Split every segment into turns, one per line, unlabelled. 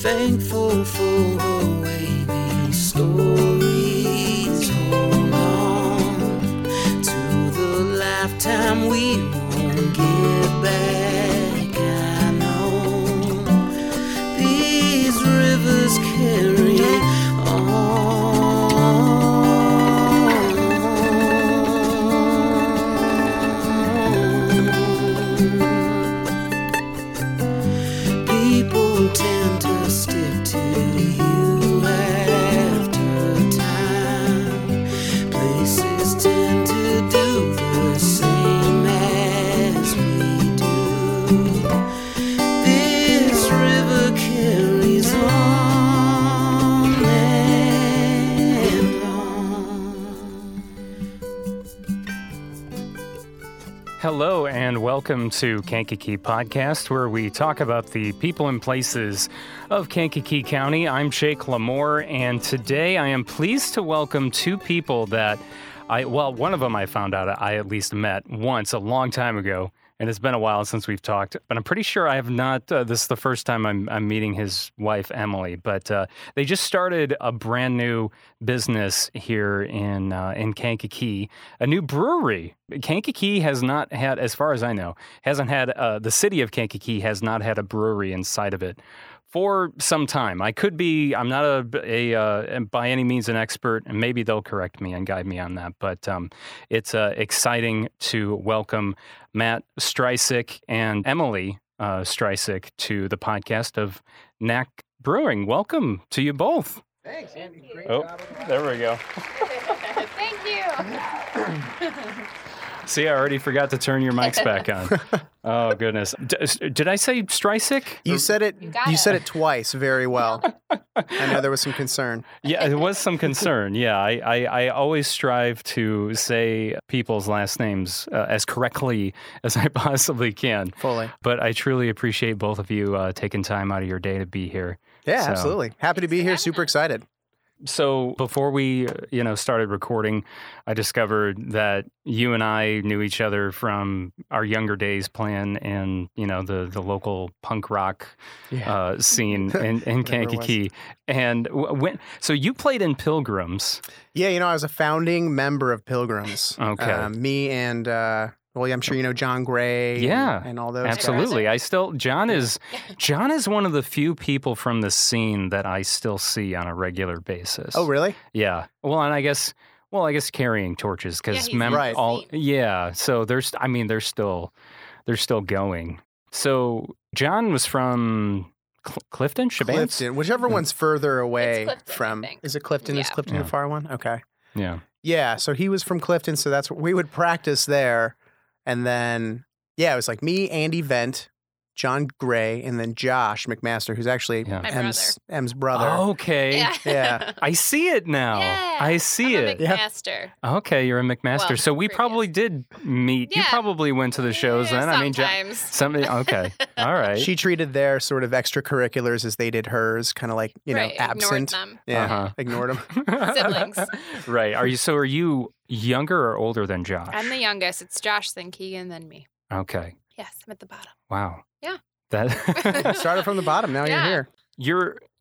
thankful for the way these stories hold on to the lifetime we won't get back. I know these rivers carry on. People tend to stick to you after time. Places tend to do the same as we do. This river carries on and on.
Hello, and welcome to Kankakee Podcast, where we talk about the people and places of Kankakee County. I'm Jake Lamore, and today I am pleased to welcome two people that I, well, one of them I found out I at least met once a long time ago, and it's been a while since we've talked, but I'm pretty sure I have not. Uh, this is the first time I'm, I'm meeting his wife, Emily, but uh, they just started a brand new business here in, uh, in Kankakee a new brewery. Kankakee has not had, as far as I know, hasn't had, uh, the city of Kankakee has not had a brewery inside of it for some time. I could be, I'm not a, a uh, by any means an expert, and maybe they'll correct me and guide me on that, but um, it's uh, exciting to welcome Matt Streisick and Emily uh, Streisick to the podcast of NAC Brewing. Welcome to you both.
Thanks, Andy. Great
Oh,
job.
there we go.
Thank you.
See, I already forgot to turn your mics back on. oh goodness, D- s- did I say Streisick?
You said it. You,
got it.
said it twice very well. I know there was some concern.
yeah, it was some concern. Yeah, I, I, I always strive to say people's last names uh, as correctly as I possibly can.
Fully.
But I truly appreciate both of you uh, taking time out of your day to be here.
Yeah,
So-
absolutely. Happy to be here. Super excited.
So before we, uh, you know, started recording, I discovered that you and I knew each other from our younger days playing in, you know, the the local punk rock uh, scene in, in
Whatever it was.
Kankakee. And w- when, so you played in Pilgrims.
Yeah, you know, I was a founding member of Pilgrims.
Okay.
Uh, me and uh, well, yeah, I'm sure you know John Gray. and-
Yeah,
And, all those. guys.
Absolutely. I still John is John is one of the few people from the scene that I still see on a regular basis.
Oh, really?
Yeah. Well, and I guess well, I guess carrying torches
Yeah,
because
he's in
the Right.
all
scene.
yeah. So there's I mean they're still they're still going. So John was from Cl- Clifton, Shabans?
Clifton, whichever one's further away
Clifton, I
from.
think.
Is it Clifton? Is
Yeah.
Clifton
Mm. Yeah.
the far one? Okay.
Yeah.
Yeah, so he was from Clifton, so that's we would practice there, and then yeah, it was like me, Andy Vent, John Gray, and then Josh McMaster, who's actually
Yeah. Oh,
My
M's, M's brother.
Okay.
Yeah.
I see it now.
Yeah.
I see
I'm a
it.
Yeah.
McMaster.
Okay, you're a McMaster.
Well,
so we
previous.
probably did meet. You
Yeah.
probably went to the shows
Yeah,
then. I mean, Jo-
sometimes.
Somebody, okay,
Uh,
all right.
She treated their sort of extracurriculars as they did hers, kind of like you know
Right, ignored
absent.
them.
Yeah,
Uh-huh.
ignored them.
Siblings.
right. Are you? So are you younger or older than Josh?
I'm the youngest. It's Josh, then Keegan, then me.
Okay.
Yes, I'm at the bottom.
Wow.
Yeah.
That.
Started from the bottom. Now
Yeah.
you're here.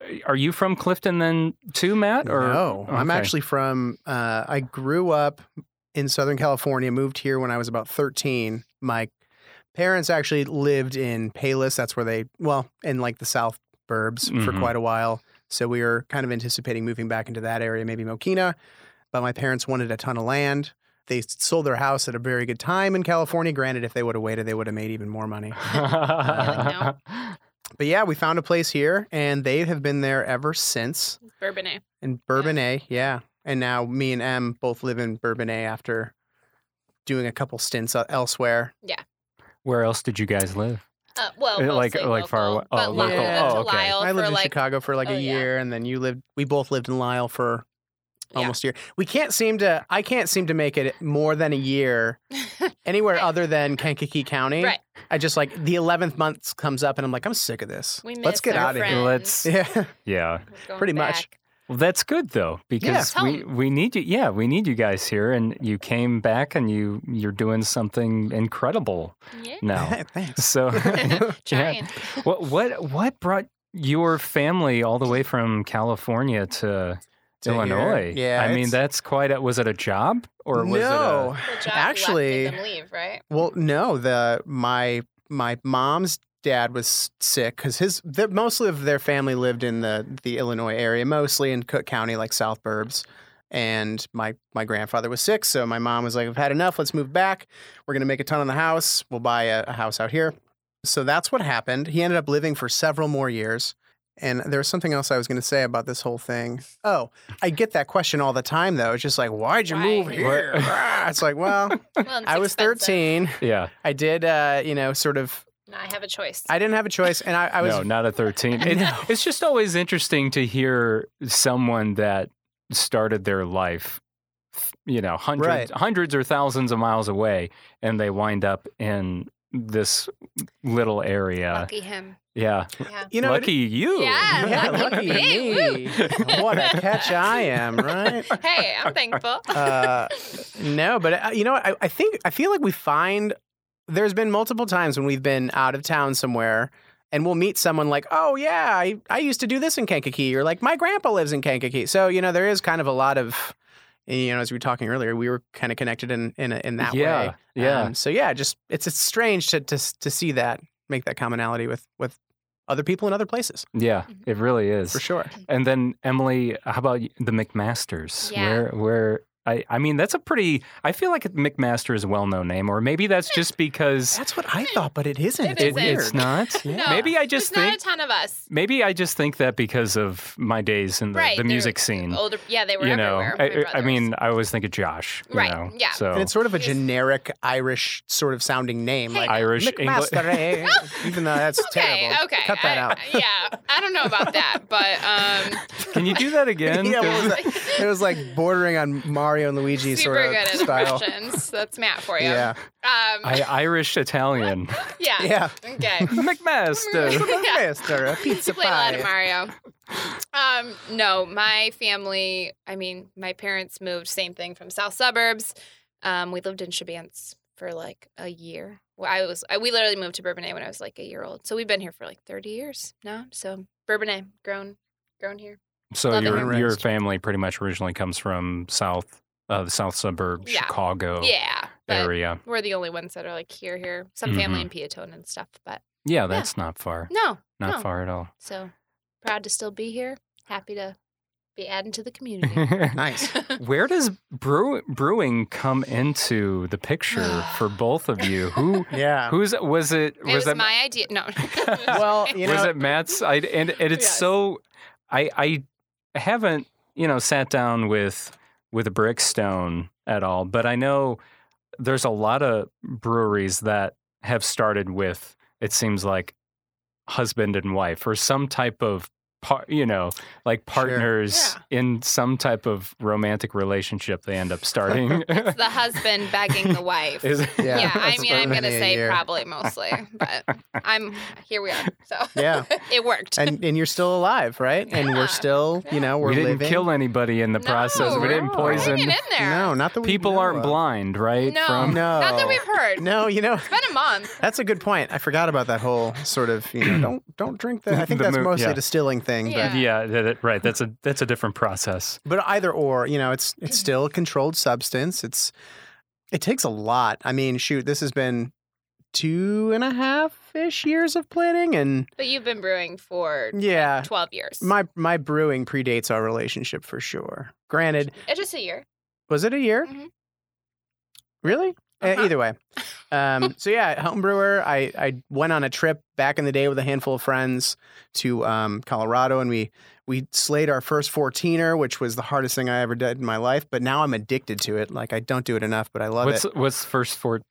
You're. Are you from Clifton then too, Matt? Or
no, I'm
okay.
actually from. Uh, I grew up in Southern California. Moved here when I was about 13. My parents actually lived in Palos. That's where they well in like the South Burbs for
Mhm.
quite a while. So we were kind of anticipating moving back into that area, maybe Mokina. But my parents wanted a ton of land. They sold their house at a very good time in California. Granted, if they would have waited, they would have made even more money.
like,
But yeah, we found a place here, and they have been there ever since.
Bourbonnais.
In Bourbonnais, yeah. And now me and Em both live in Bourbonnais after doing a couple stints el- elsewhere.
Where else did you guys live?
Uh, well,
Eh, like-
mostly
like far
local,
away- oh,
But
local.
Lyle,
Oh,
to
okay.
Lyle
I
for
lived in
like,
Chicago for like
oh,
a
yeah.
year, and then you lived. We both lived in Lyle for
Yeah.
almost a year. We can't seem to. I can't seem to make it more than a year anywhere
Right.
other than Kankakee County.
Right.
I just like the eleventh month comes up, and I'm like, I'm sick of this.
We
Let's
miss
get
our
out of
friends.
here.
Let's.
Yeah.
Yeah.
We're going
pretty much.
back.
Well, that's good though because
Tell
we,
'em.
we need you. Yeah, we need you guys here, and you came back, and you you're doing something incredible
Yeah.
now.
Thanks.
So. yeah.
Trying.
What what what brought your family all the way from California to,
To here.
Illinois.
Yeah,
I mean
it's-
that's quite. A, was it a job or was it?
no.
Well, Josh
Actually-
left, made them leave, right?
Well, no, the my my mom's dad was sick because his the, mostly of their family lived in the the Illinois area, mostly in Cook County, like South Burbs. And my my grandfather was sick, so my mom was like, "I've had enough. Let's move back. We're gonna make a ton on the house. We'll buy a, a house out here." So that's what happened. He ended up living for several more years. And there was something else I was going to say about this whole thing. Oh, I get that question all the time, though. It's just like, why'd you
Why?
move
What-
here? Ah, it's like, well,
Well, it's
I was
expensive.
13.
A, yeah.
I did, uh, you know, sort of.
And I have a choice.
I didn't have a choice, and I, I was.
no, not a 13. It-
No.
It's just always interesting to hear someone that started their life, you know, hundreds,
Right.
hundreds or thousands of miles away, and they wind up in this little
uh,
area.
Lucky him.
Yeah.
Yeah.
you know, it-
lucky you.
Yeah,
yeah,
lucky
lucky
me,
me. what a catch I am, right?
hey, I'm thankful.
Uh, No, but uh, you know, what? I, I think I feel like we find there's been multiple times when we've been out of town somewhere. And we'll meet someone like, oh yeah, I, I used to do this in Kankakee, or like my grandpa lives in Kankakee. So you know there is kind of a lot of, you know, as we were talking earlier, we were kind of connected in in, a, in that
yeah.
way.
Yeah.
Um, so yeah, just it's it's strange to to to see that make that commonality with with other people in other places
yeah.
Mm-hmm.
It really is.
for sure.
And then Emily, how about y- the McMasters?
Yeah.
Where where I, I mean that's a pretty I feel like McMaster is a well known name, or maybe that's just because
That's what I thought, but it isn't.
It
It's
it-
isn't.
weird.
it's not.
Yeah.
No,
Maybe I just
there's
think
not a ton of us.
maybe I just think that because of my days in the,
Right,
the
they're
music scene.
Older, yeah, they were
you know.
everywhere. my
I, I
brothers.
mean I always think of Josh. you
Right,
know,
yeah.
So
And it's sort of a
Here's-
generic Irish sort of sounding name,
Hey,
like
Irish English.
McMaster, eh? even though that's
okay,
terrible.
okay,
Cut that
I-
out.
yeah, I don't know about that, but um,
Can you do that again?
Yeah, what was
'Cause-
that? It was like bordering on Mario and Luigi
super
sort
good at
of style.
impressions. That's Matt for you.
Yeah,
Um,
I Irish Italian.
yeah.
yeah.
Okay.
McMaster.
Yeah.
McMaster, a pizza
play a lot of
pie.
Mario. Um, no, my family. I mean, my parents moved. Same thing from south suburbs. Um, we lived in Chabance for like a year. Well, I was. I, we literally moved to Bourbonnais when I was like a year old. So we've been here for like thirty years now. So Bourbonnais, grown, grown here.
So
Love it.
your your
Raised.
family pretty much originally comes from south uh, the south suburb
Yeah.
Chicago
yeah, but
area.
we're the only ones that are like here. Here, some family in Peatone and stuff. But
Yeah, that's not far.
no,
Not
no.
far at all.
so proud to still be here. Happy to be adding to the community.
Nice.
Where does brew, brewing come into the picture for both of you? Who
Yeah.
who's was it
Um, It was
that
my idea. No.
Well, you
was
know-
it Matt's? I, and and it's
Yes.
so I I haven't you know sat down with with a Brickstone at all, but I know there's a lot of breweries that have started with it seems like husband and wife or some type of par, you know like partners in some type of romantic relationship they end up starting.
It's the husband begging the wife.
Is-
yeah, I
it's
mean, I'm
been
gonna
a
say
year.
probably mostly, but I'm here. We are. So
Yeah.
it worked.
and and you're still alive, right? And
Yeah.
we're still, you know, we're
we didn't
living.
kill anybody in the
No,
process. We didn't
no.
poison.
Hanging in there.
No, not that we
People
know
aren't
of.
blind, right?
No.
From
No,
Not that we've heard.
No, you know,
It's been a month.
that's a good point. I forgot about that whole sort of you know don't don't drink that. I think
The
that's
mo-
mostly
yeah.
a distilling thing,
Yeah.
yeah, that, that- right. That's a that's a different process.
but but either or, you know, it's it's still a controlled substance. It's it takes a lot. I mean, shoot, this has been two and a half ish years of planning, and
But you've been brewing for
yeah,
12 years.
my my brewing predates our relationship for sure. Granted,
Uh, just a year.
Was it a year?
Mhm.
Really? Uh,
Uh-huh.
either way. Um, so yeah, home brewer. I, I went on a trip back in the day with a handful of friends to um, Colorado, and we we slayed our first 14er, which was the hardest thing I ever did in my life. But now I'm addicted to it. Like I don't do it enough, but I love
What's
it.
what's first for?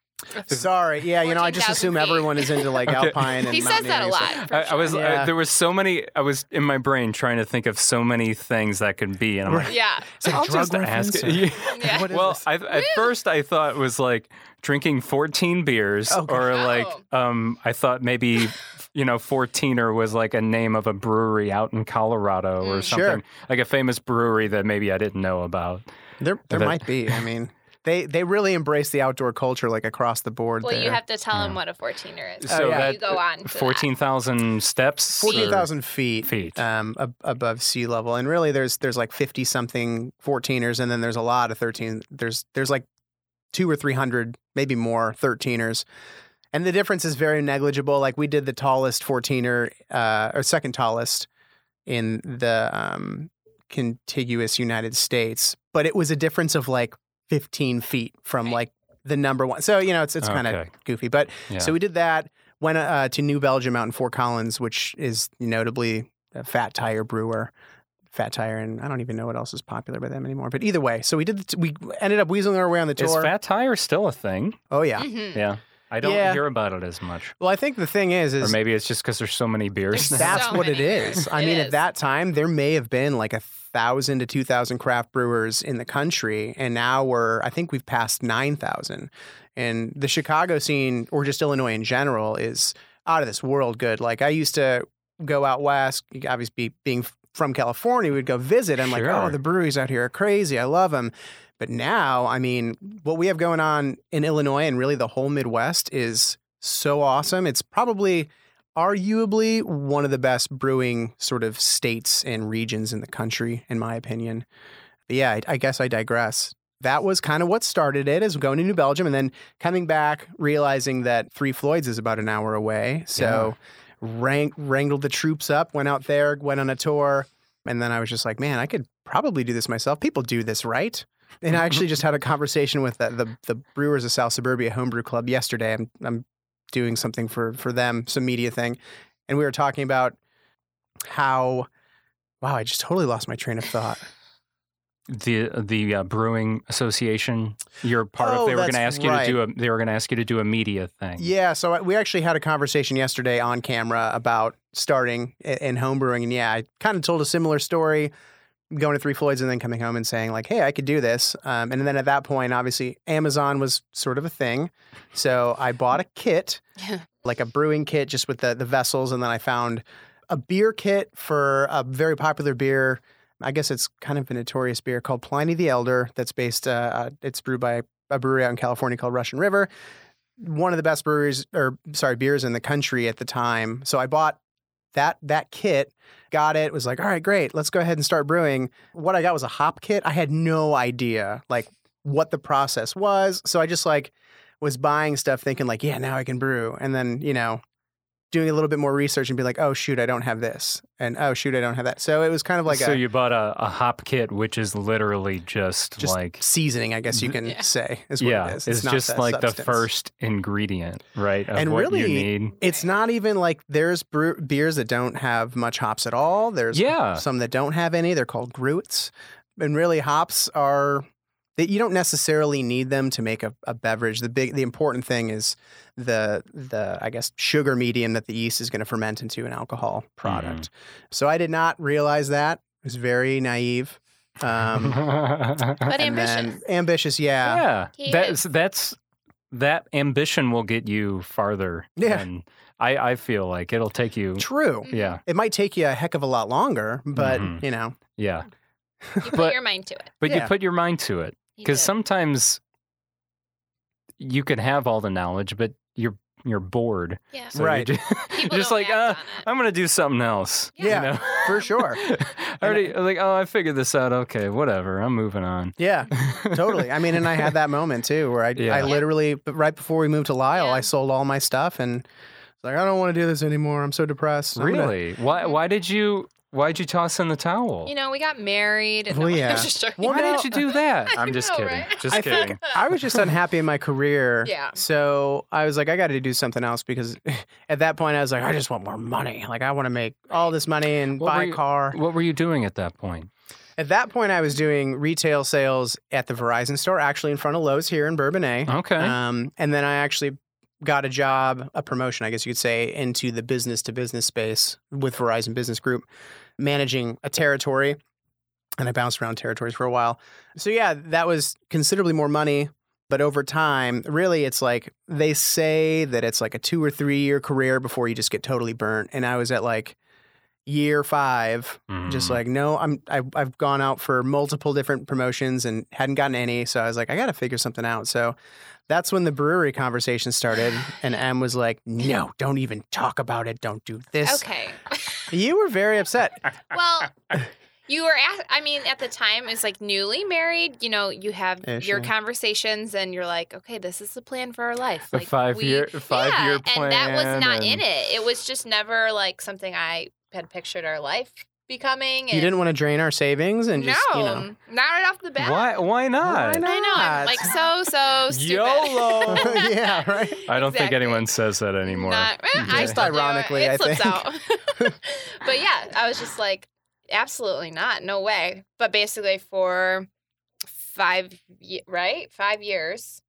Sorry, yeah, you know, I just
14,000
assume
feet.
everyone is into like
Okay.
alpine. And
He says that a
mountaineering stuff.
lot. for
I, I was
sure.
I,
Yeah.
there was so many. I was in my brain trying to think of so many things that could be, and I'm like,
Yeah.
It's like
I'll
drug
just ask.
reference or-
It.
Yeah.
What is
well,
this?
I, at first I thought it was like drinking 14 beers,
Oh, God.
or like um, I thought maybe you know 14er was like a name of a brewery out in Colorado or
Mm.
something,
Sure.
like a famous brewery that maybe I didn't know about.
there there
That-
might be. I mean, They they really embrace the outdoor culture like across the board.
Well,
there.
you have to tell
Yeah.
them what a 14er is.
So
So
Oh, yeah.
you go on. to that.
Fourteen thousand steps. or-
fourteen thousand feet,
Feet.
Um, ab- above sea level, and really there's there's like fifty something 14ers, and then there's a lot of 13. There's there's like two or three hundred, maybe more 13ers, and the difference is very negligible. Like we did the tallest 14er, uh, or second tallest in the um, contiguous United States, but it was a difference of like fifteen feet from
Right.
like the number one. So you know it's it's kind of
Okay.
goofy, but
Yeah.
so we did that. Went uh, to New Belgium out in Fort Collins, which is notably a Fat Tire brewer. Fat Tire, and I don't even know what else is popular by them anymore. But either way, so we did. The t- we ended up weaseling our way on the
is
tour.
fat tire still a thing?
oh yeah.
Mhm.
Yeah. I don't
Yeah.
hear about it as much.
Well, I think the thing is,
Or
is
maybe it's just because there's so many beers.
There's
now.
that's
so
what it
many
is. I
It
mean,
is.
at that time, there may have been like a thousand to two thousand craft brewers in the country, and now we're I think we've passed nine thousand. And the Chicago scene, or just Illinois in general, is out of this world good. Like I used to go out west, obviously being from California, we'd go visit. I'm like,
Sure.
oh, the breweries out here are crazy. I love them. But now, I mean, what we have going on in Illinois and really the whole Midwest is so awesome. It's probably arguably one of the best brewing sort of states and regions in the country, in my opinion. But yeah, I, I guess I digress. That was kind of what started it is going to New Belgium and then coming back, realizing that Three Floyds is about an hour away. So wrang- wrangled the troops up, went out there, went on a tour. And then I was just like, man, I could probably do this myself. People do this, right? And I actually just had a conversation with the, the, the Brewers of South Suburbia Homebrew Club yesterday. I'm, I'm doing something for, for them, some media thing. And we were talking about how, wow, I just totally lost my train of thought.
the the uh, brewing association you're part
Oh,
of. They were going to
that's
ask you to do a. They were going to ask you to do a media thing.
Yeah, so I- we actually had a conversation yesterday on camera about starting i- in homebrewing, and yeah, I kind of told a similar story, going to Three Floyds, and then coming home and saying like, "Hey, I could do this." Um, and then at that point, obviously, Amazon was sort of a thing, so I bought a kit, like a brewing kit, just with the the vessels, and then I found a beer kit for a very popular beer. I guess it's kind of a notorious beer called Pliny the Elder. That's based. Uh, uh, it's brewed by a brewery out in California called Russian River. One of the best breweries, or sorry, beers in the country at the time. So I bought that that kit, got it. Was like, all right, great. Let's go ahead and start brewing. What I got was a hop kit. I had no idea like what the process was. So I just like was buying stuff, thinking like, yeah, now I can brew. And then you know, doing a little bit more research and be like, oh shoot, I don't have this, and oh shoot, I don't have that. So it was kind of like
so
a
you bought a, a hop kit, which is literally just,
just
like Mm-hmm.
seasoning, I guess you can
Yeah.
say, is what
yeah,
it
it's,
is. not
just
the
like the
substance.
first ingredient, right? Of
And
what you
really,
need.
It's not even like there's brew- beers that don't have much hops at all. There's
Yeah.
some that don't have any. They're called gruits. And really, hops are that you don't necessarily need them to make a, a beverage. The big, the important thing is the the I guess sugar medium that the yeast is going to ferment into an alcohol product. So I did not realize that. It was very naive. Um,
But
and then-
ambitious.
ambitious, yeah.
yeah,
He
that's that's that ambition will get you farther.
Yeah.
than- I I feel like it'll take you.
True.
Yeah,
It might take you a heck of a lot longer, but
Mhm.
you know,
yeah,
You put
But-
your mind to it.
but you
Yeah.
put your mind to it.
You
because
do.
sometimes you can have all the knowledge, but you're you're bored.
yeah.
So you
Right.
ju- You're
People
just
don't
like, uh,
act on it.
I'm gonna do something else. you
Yeah,
know?
for sure.
I already like, oh, I figured this out. Okay, whatever. I'm moving on.
yeah, totally. I mean, and I had that moment too, where I,
Yeah.
I literally but right before we moved to Lyle,
Yeah.
I sold all my stuff and it's like I don't want to do this anymore. I'm so depressed. I'm gonna-
really? Why? Why did you? Why'd you toss in the towel?
You know, we got married. And
Well,
no, I'm
Oh, yeah.
just joking.
why
Well,
did you do that?
I
I'm just
know,
kidding.
right?
Just
I
kidding.
think I was just unhappy in my career.
Yeah.
So I was like, I got to do something else because at that point I was like, I just want more money. Like I want to make all this money and
What
buy
were
a
you-
car.
What were you doing at that point?
At that point, I was doing retail sales at the Verizon store, actually in front of Lowe's here in Bourbonnais.
Okay.
Um, and then I actually got a job, a promotion, I guess you could say, into the business to business space with Verizon Business Group, managing a territory. And I bounced around territories for a while. So, yeah, that was considerably more money. But over time, really, it's like they say that it's like a two or three year career before you just get totally burnt. And I was at like year five, Um, just
Mhm.
Mm-hmm.
like no, I'm I've, I've gone out for multiple different promotions and hadn't gotten any, so I was like, I got to figure something out. So that's when the brewery conversation started, and Em was like, No, don't even talk about it. Don't do this.
Okay.
You were very upset.
Well, you were at, I mean, at the time, it's like newly married, you know, you have
Ish,
your
yeah.
conversations and you're like, okay, this is the plan for our life.
The
Like
five
we-
year- five
yeah,
year
And that
plan
was not in
and-
it. It was just never like something I had pictured our life becoming. And
You didn't want to drain our savings and just
no,
you know.
not right off the bat.
why? Why not?
Why
I know. I'm
not?
like so, so stupid.
YOLO.
Yeah, right.
I don't think
Exactly.
anyone says that anymore.
Not, eh, I
Just
still do it.
ironically,
it
I
slips
think.
out. but yeah, I was just like, absolutely not, no way. But basically, for five, ye- right, five years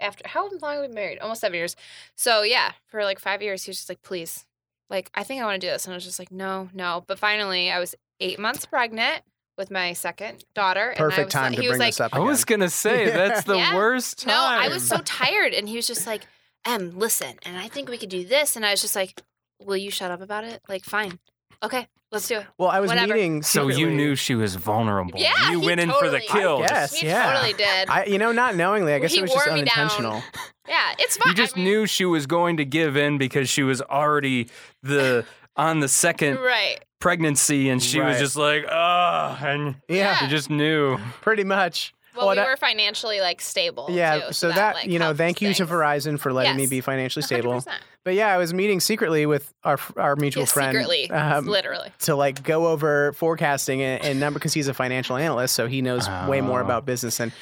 after how long we married? Almost seven years. So yeah, for like five years, he was just like, please, like I think I want to do this, and I was just like, no, no. But finally, I was eight months pregnant with my second daughter. and I
Perfect
was
time
like,
to
he
bring
was like,
this up.
I was
again.
gonna say that's the
Yeah.
worst time.
no, I was so tired. And he was just like, Em, listen, and I think we could do this. And I was just like, Will you shut up about it? Like, fine. Okay, let's do it.
Well, I was
whatever.
meeting.
So you
secretly-
knew she was vulnerable.
Yeah,
you
he
went in for the
totally-
kill.
I guess.
He
yeah.
totally did.
I, you know, not knowingly. I guess
He
it was just
wore me down.
unintentional.
yeah, it's fine.
You just
I mean,
knew she was going to give in because she was already the on the second
Right.
pregnancy, and she was
Right.
just like, oh, and
Yeah,
you just knew.
pretty much.
Well,
Oh,
we
and I-
were financially like stable.
Yeah.
too,
so that,
like,
you know,
helped
thank you to
things.
Verizon for letting me
Yes.
be financially stable.
100%.
But yeah, I was meeting secretly with our our mutual
Yeah,
friend
secretly,
um,
literally.
to like go over forecasting and, and number because he's a financial analyst, so he knows way more
Oh.
about business than,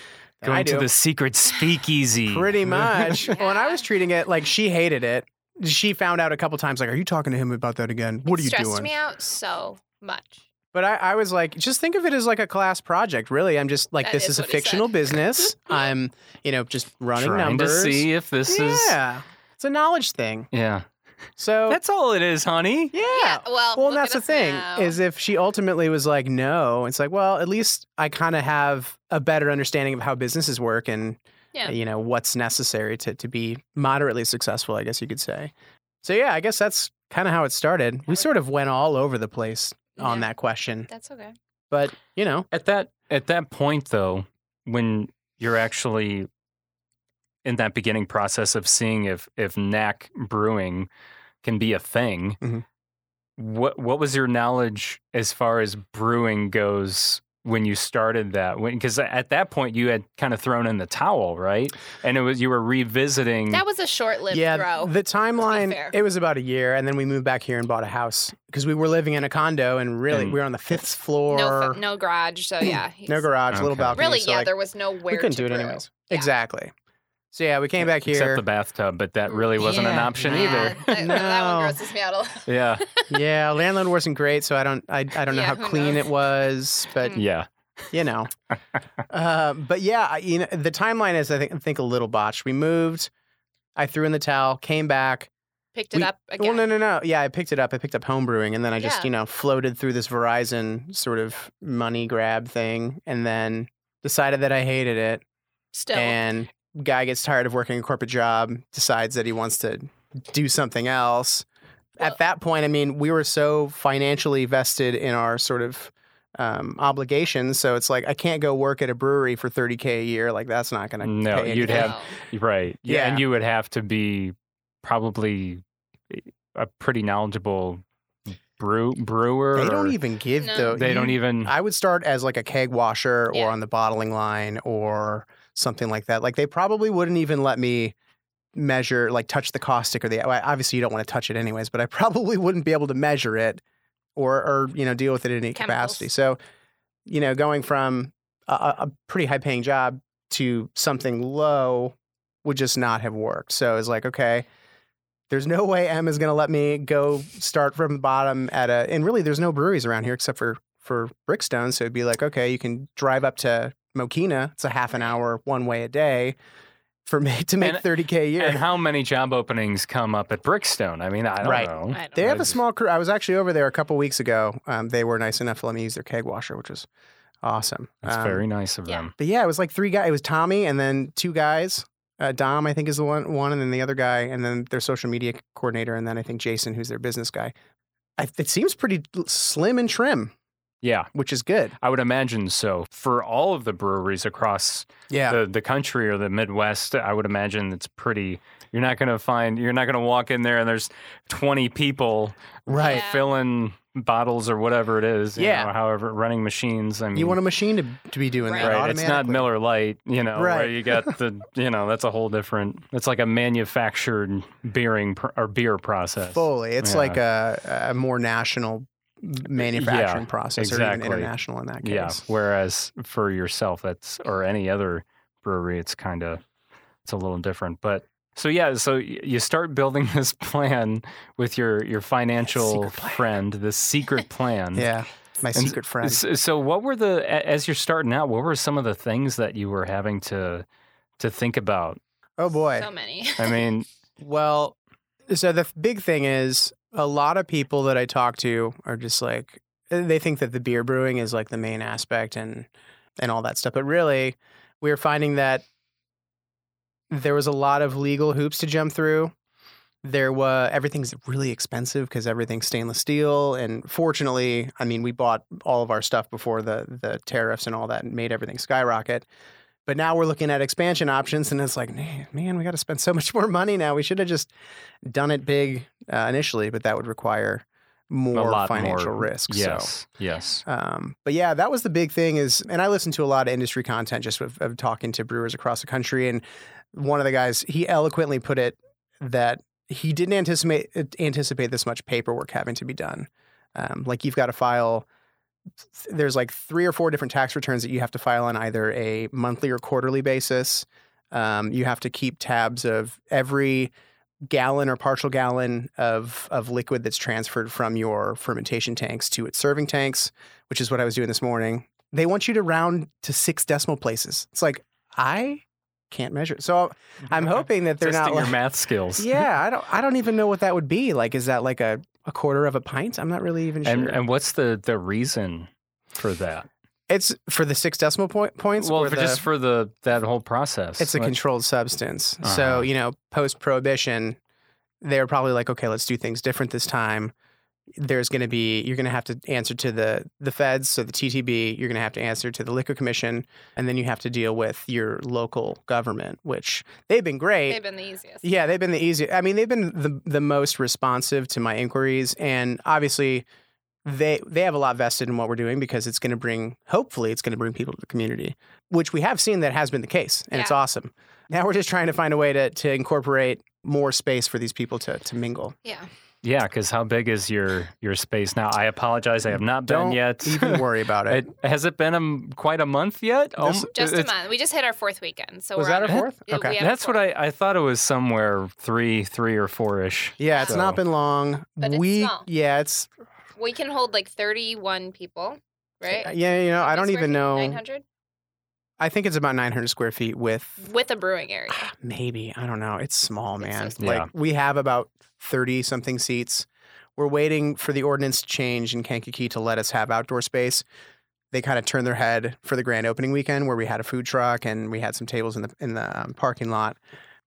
than I
Going
do.
to the secret speakeasy.
Pretty much. Well, and I was
Yeah.
treating it like she hated it. She found out a couple times, like, "Are you talking to him about that again? What
It
are you
stressed
doing?"
me out so much.
But I, I was like, just think of it as like a class project. Really, I'm just like,
That
this
is
is, a
what he said.
fictional business. I'm, you know, just running
Trying
numbers.
to see if this is.
yeah, it's a knowledge thing.
Yeah.
So
That's all it is, honey.
yeah.
well,
Well,
look
and that's
at
the
us
thing
now.
is if she ultimately was like, no, it's like, well, at least I kind of have a better understanding of how businesses work and, uh,
Yeah.
you know, what's necessary to, to be moderately successful, I guess you could say. So, yeah, I guess that's kind of how it started. We sort of went all over the place on
Yeah.
that question,
That's okay.
but, you know,
At that at that point though, when you're actually in that beginning process of seeing if if knack brewing can be a thing,
Mhm.
what what was your knowledge as far as brewing goes when you started that? Because at that point you had kind of thrown in the towel, right? And it was you were revisiting.
That was a short-lived
yeah,
throw.
the timeline,
fair.
it was about a year. And then we moved back here and bought a house because we were living in a condo and really
And-
we were on the fifth floor,
no, fu- no garage. So yeah,
no
he's-
garage, little
Okay.
balcony.
Really,
so,
yeah,
like,
there was nowhere.
we couldn't
to
do it
brew.
anyways.
Yeah.
Exactly. So yeah, we came back
Except
here.
the bathtub, but that really wasn't an
Yeah.
option
Yeah,
either.
that, that one
No.
grosses me out a lot.
yeah,
yeah, landlord wasn't great, so I don't I, I don't know
Yeah,
how
who
clean
knows?
it was, but
yeah.
you know. uh, but yeah, I, you know, the timeline is I think I think a little botched. We moved. I threw in the towel, came back.
Picked it
We-
up again.
Well, no, no, no. Yeah, I picked it up. I picked up homebrewing, and then I just
Yeah.
you know floated through this Verizon sort of money grab thing, and then decided that I hated it.
Still,
and guy gets tired of working a corporate job decides that he wants to do something else
Well-
at that point i mean we were so financially vested in our sort of um, obligations so it's like i can't go work at a brewery for 30k a year like that's not gonna
No,
pay
you'd
anything.
have- Right. Yeah. And
Yeah.
you would have to be probably eh, a pretty knowledgeable brew brewer.
they
or
don't even give
No.
the
They
you-
don't even.
i would start as like a keg washer
Yeah.
or on the bottling line or something like that like they probably wouldn't even let me measure like touch the caustic or the well, obviously you don't want to touch it anyways but i probably wouldn't be able to measure it or or you know deal with it in any capacity
Chemicals.
so you know going from a- a, a pretty high paying job to something low would just not have worked so it's like okay there's no way M is going to let me go start from the bottom at a and really there's no breweries around here except for for Brickstone so it'd be like okay you can drive up to Mokina it's a half an hour one way a day for me to make
And- uh,
30k a year
And how many job openings come up at Brickstone? I mean, I don't
Right.
know.
I don't
They have a
That's-
small crew. I was actually over there a couple weeks ago. Um, they were nice enough to let me use their keg washer, which was awesome.
That's
Um,
very nice of
yeah.
them.
But yeah, it was like three guys. It was Tommy and then two guys. Uh, Dom, I think, is the one, one, and then the other guy, and then their social media coordinator, and then I think Jason, who's their business guy. I, it seems pretty slim and trim,
Yeah,
which is good.
I would imagine so. For all of the breweries across
Yeah.
the, the country or the Midwest, I would imagine it's pretty. You're not going to find, you're not going to walk in there and there's 20 people
right.
Yeah.
filling bottles or whatever it is. you
Yeah.
know, however, running machines. I mean,
You want a machine to, to be doing that
Right, it's not
automatically.
Miller Lite, you know, where
Right.
you got the, you know, that's a whole different. It's like a manufactured beering pr- or beer process.
Fully. It's
Yeah.
like a, a more national manufacturing
Yeah,
process or even
exactly.
international in that case.
Yeah. Whereas for yourself, that's or any other brewery, it's kind of it's a little different. But so yeah, so y- you start building this plan with your your financial
secret plan.
friend, this secret plan.
Yeah. My
And
secret friend.
So, so what were the a- as you're starting out? What were some of the things that you were having to to think about?
Oh boy.
So many.
I mean,
Well, so the big thing is a lot of people that I talk to are just like eh, they think that the beer brewing is like the main aspect and and all that stuff, but really we're finding that there was a lot of legal hoops to jump through. There was everything's really expensive because everything's stainless steel, and fortunately, I mean, we bought all of our stuff before the the tariffs and all that and made everything skyrocket. But now we're looking at expansion options, and it's like, man, we got to spend so much more money now. We should have just done it big uh, initially, but that would
a
require more
lot
financial
more.
risk. So.
Yes. Yes.
Um, but yeah, that was the big thing is, and I listened to a lot of industry content just of, of talking to brewers across the country. And one of the guys, he eloquently put it that he didn't anticipate anticipate this much paperwork having to be done. Um, like you've got to file. There's like three or four different tax returns that you have to file on either a monthly or quarterly basis. Um, you have to keep tabs of every gallon or partial gallon of of liquid that's transferred from your fermentation tanks to its serving tanks which is what I was doing this morning, they want you to round to six decimal places. It's like I can't measure. it. So I'm hoping that they're
Testing
not
your
like,
math skills.
yeah. I don't. I don't even know what that would be. Like, is that like a, a quarter of a pint? I'm not really even sure.
And and what's the the reason for that?
it's for the six decimal point, points.
well,
or
for
the-
just for the that whole process.
it's a
Like,
controlled substance.
Uh-huh.
So you know, post prohibition, they were probably like, okay, let's do things different this time. There's going to be you're going to have to answer to the the feds, so the TTB. You're going to have to answer to the liquor commission, and then you have to deal with your local government, which they've been great.
They've been the easiest.
Yeah, they've been the easiest. I mean, they've been the the most responsive to my inquiries, and obviously, they they have a lot vested in what we're doing because it's going to bring, hopefully, it's going to bring people to the community, which we have seen that has been the case, and it's
Yeah.
awesome. Now we're just trying to find a way to to incorporate more space for these people to to mingle.
Yeah.
yeah, because how big is your your space now? I apologize, I have not
Don't
been yet.
even worry about it.
It, has it been a m quite a month yet? Oh,
This-
Just a
it's-
month. We just hit our fourth weekend. So
Was
we're
that
on
a fourth?
Yeah,
Okay.
we have a
That's what
fourth.
I, I thought it was somewhere three three or four ish.
Yeah, it's
So-
not been long.
But it's
we
small.
yeah, it's
We can hold like 31 people, right?
yeah. You know, I don't
Square
even
feet?
know.
900
I think it's about 900 square feet with
with a brewing area.
Ah. maybe i don't know it's small
It's so
man
small.
like
Yeah.
we have about 30 something seats we're waiting for the ordinance to change in kankakee to let us have outdoor space they kind of turned their head for the grand opening weekend where we had a food truck and we had some tables in the in the um, parking lot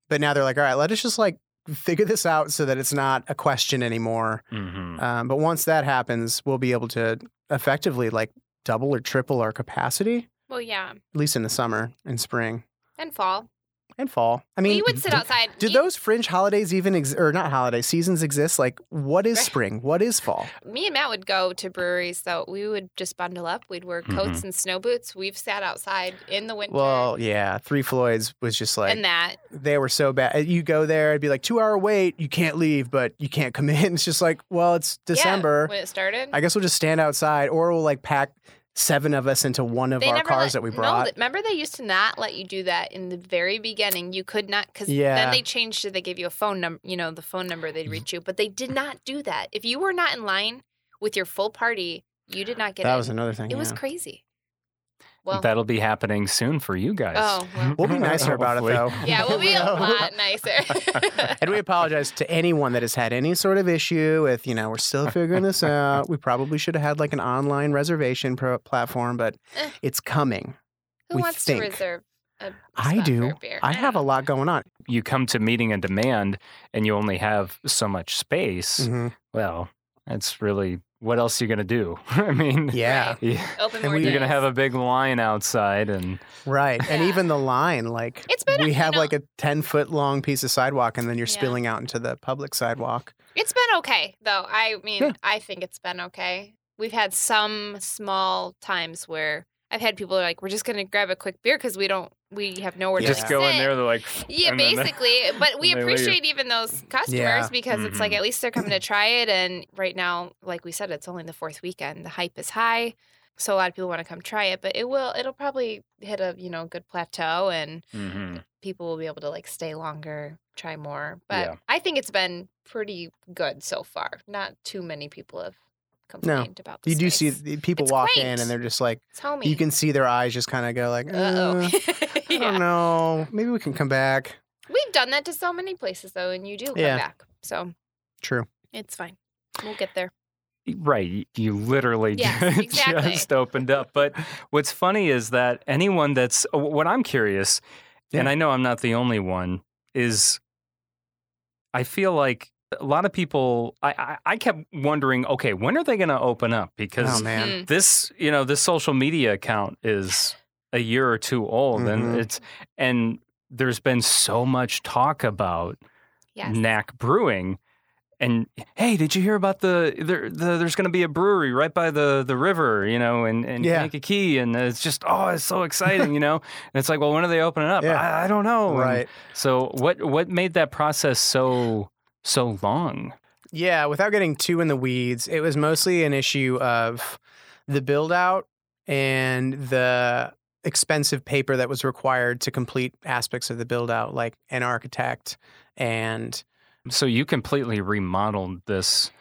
but now they're like all right let us just like figure this out so that it's not a question anymore
Mm-hmm.
um, but once that happens we'll be able to effectively like double or triple our capacity
Well, yeah.
at least in the summer and spring
And fall.
and fall i mean
we would sit outside.
do
eat-
those fringe holidays even ex- or not holiday seasons exist? Like, what is
Right.
spring? What is fall?
Me and Matt would go to breweries, so we would just bundle up. We'd wear coats and snow boots. We've sat outside in the winter.
Mm-hmm. Well, yeah, Three Floyds was just like
and that.
they were so bad. Uh, You go there, it'd be like two hour wait. You can't leave, but you can't come in. It's just like, well, it's
yeah,
December.
when it started.
I guess we'll just stand outside, or we'll like pack seven of us into one of our cars
let-
that we
no,
brought.
th- remember, they used to not let you do that in the very beginning. You could not because
Yeah. Mm-hmm.
then they changed it. They gave you a phone number, you know, the phone number they'd reach you, but they did not do that. If you were not in line with your full party, you did not get
that
in.
was another thing.
it was
yeah.
crazy. Well,
That'll be happening soon for you guys.
oh, well.
We'll be nicer about it though.
Hopefully.
yeah, we'll be a
Well-
lot nicer.
And we apologize to anyone that has had any sort of issue with, you know, we're still figuring this out. We probably should have had like an online reservation pro- platform, but
Eh.
it's coming.
Who
we
wants
think.
to reserve? A
I
spot
do.
For a beer?
I have a
don't
lot going on.
You come to meeting a demand, and you only have so much space.
Mhm.
Well, That's really what else you gonna do? I mean,
Yeah.
yeah.
Open
And
more
we-
you're
days.
gonna have a big line outside, and
Right. And
Yeah.
even the line, like
It's been a-
we
you
have
know-
like a ten foot long piece of sidewalk and then you're
Yeah.
spilling out into the public sidewalk.
It's been okay, though. I mean,
Yeah.
I think it's been okay. We've had some small times where I've had people like, "We're just going to grab a quick beer because we don't, we have nowhere to
just
Yeah.
go in
sit."
there. They're like,
Yeah,
and then-
basically. But we
and they leave.
appreciate even those customers
Yeah.
because it's like
Mhm.
at least they're coming to try it. And right now, like we said, it's only the fourth weekend. The hype is high, so a lot of people want to come try it. But it will, it'll probably hit a you know good plateau, and
Mhm.
people will be able to like stay longer, try more. But
Yeah.
I think it's been pretty good so far. Not too many people have complained about. The
You do see
space.
the people
It's
walk
quaint.
in and they're just like
It's homey.
you can see their eyes just kind of go like,
Uh
uh,
oh.
I don't
yeah.
know. Maybe we can come back.
We've done that to so many places though, and you do come
Yeah.
back. So
True. Oh,
it's fine. We'll get there.
right. y- You literally
Yes,
ju-
exactly.
just opened up. But what's funny is that anyone that's what I'm curious, and
Yeah.
I know I'm not the only one, is I feel like a lot of people. I I, I kept wondering, okay, when are they going to open up? Because
Oh man.
Mm.
this you know this social media account is a year or two old and
Mhm.
it's and there's been so much talk about
Mm.
Yes.
knack brewing and hey did you hear about the, there the there's going to be a brewery right by the the river you know and and
Yeah.
Kankakee and it's just oh it's so exciting you know and it's like well when are they opening up
Yeah.
I, I don't know And
Right.
so what what made that process so so long
Yeah, without getting too in the weeds, it was mostly an issue of the build out and the expensive paper that was required to complete aspects of the build out, like an architect and
so you completely remodeled this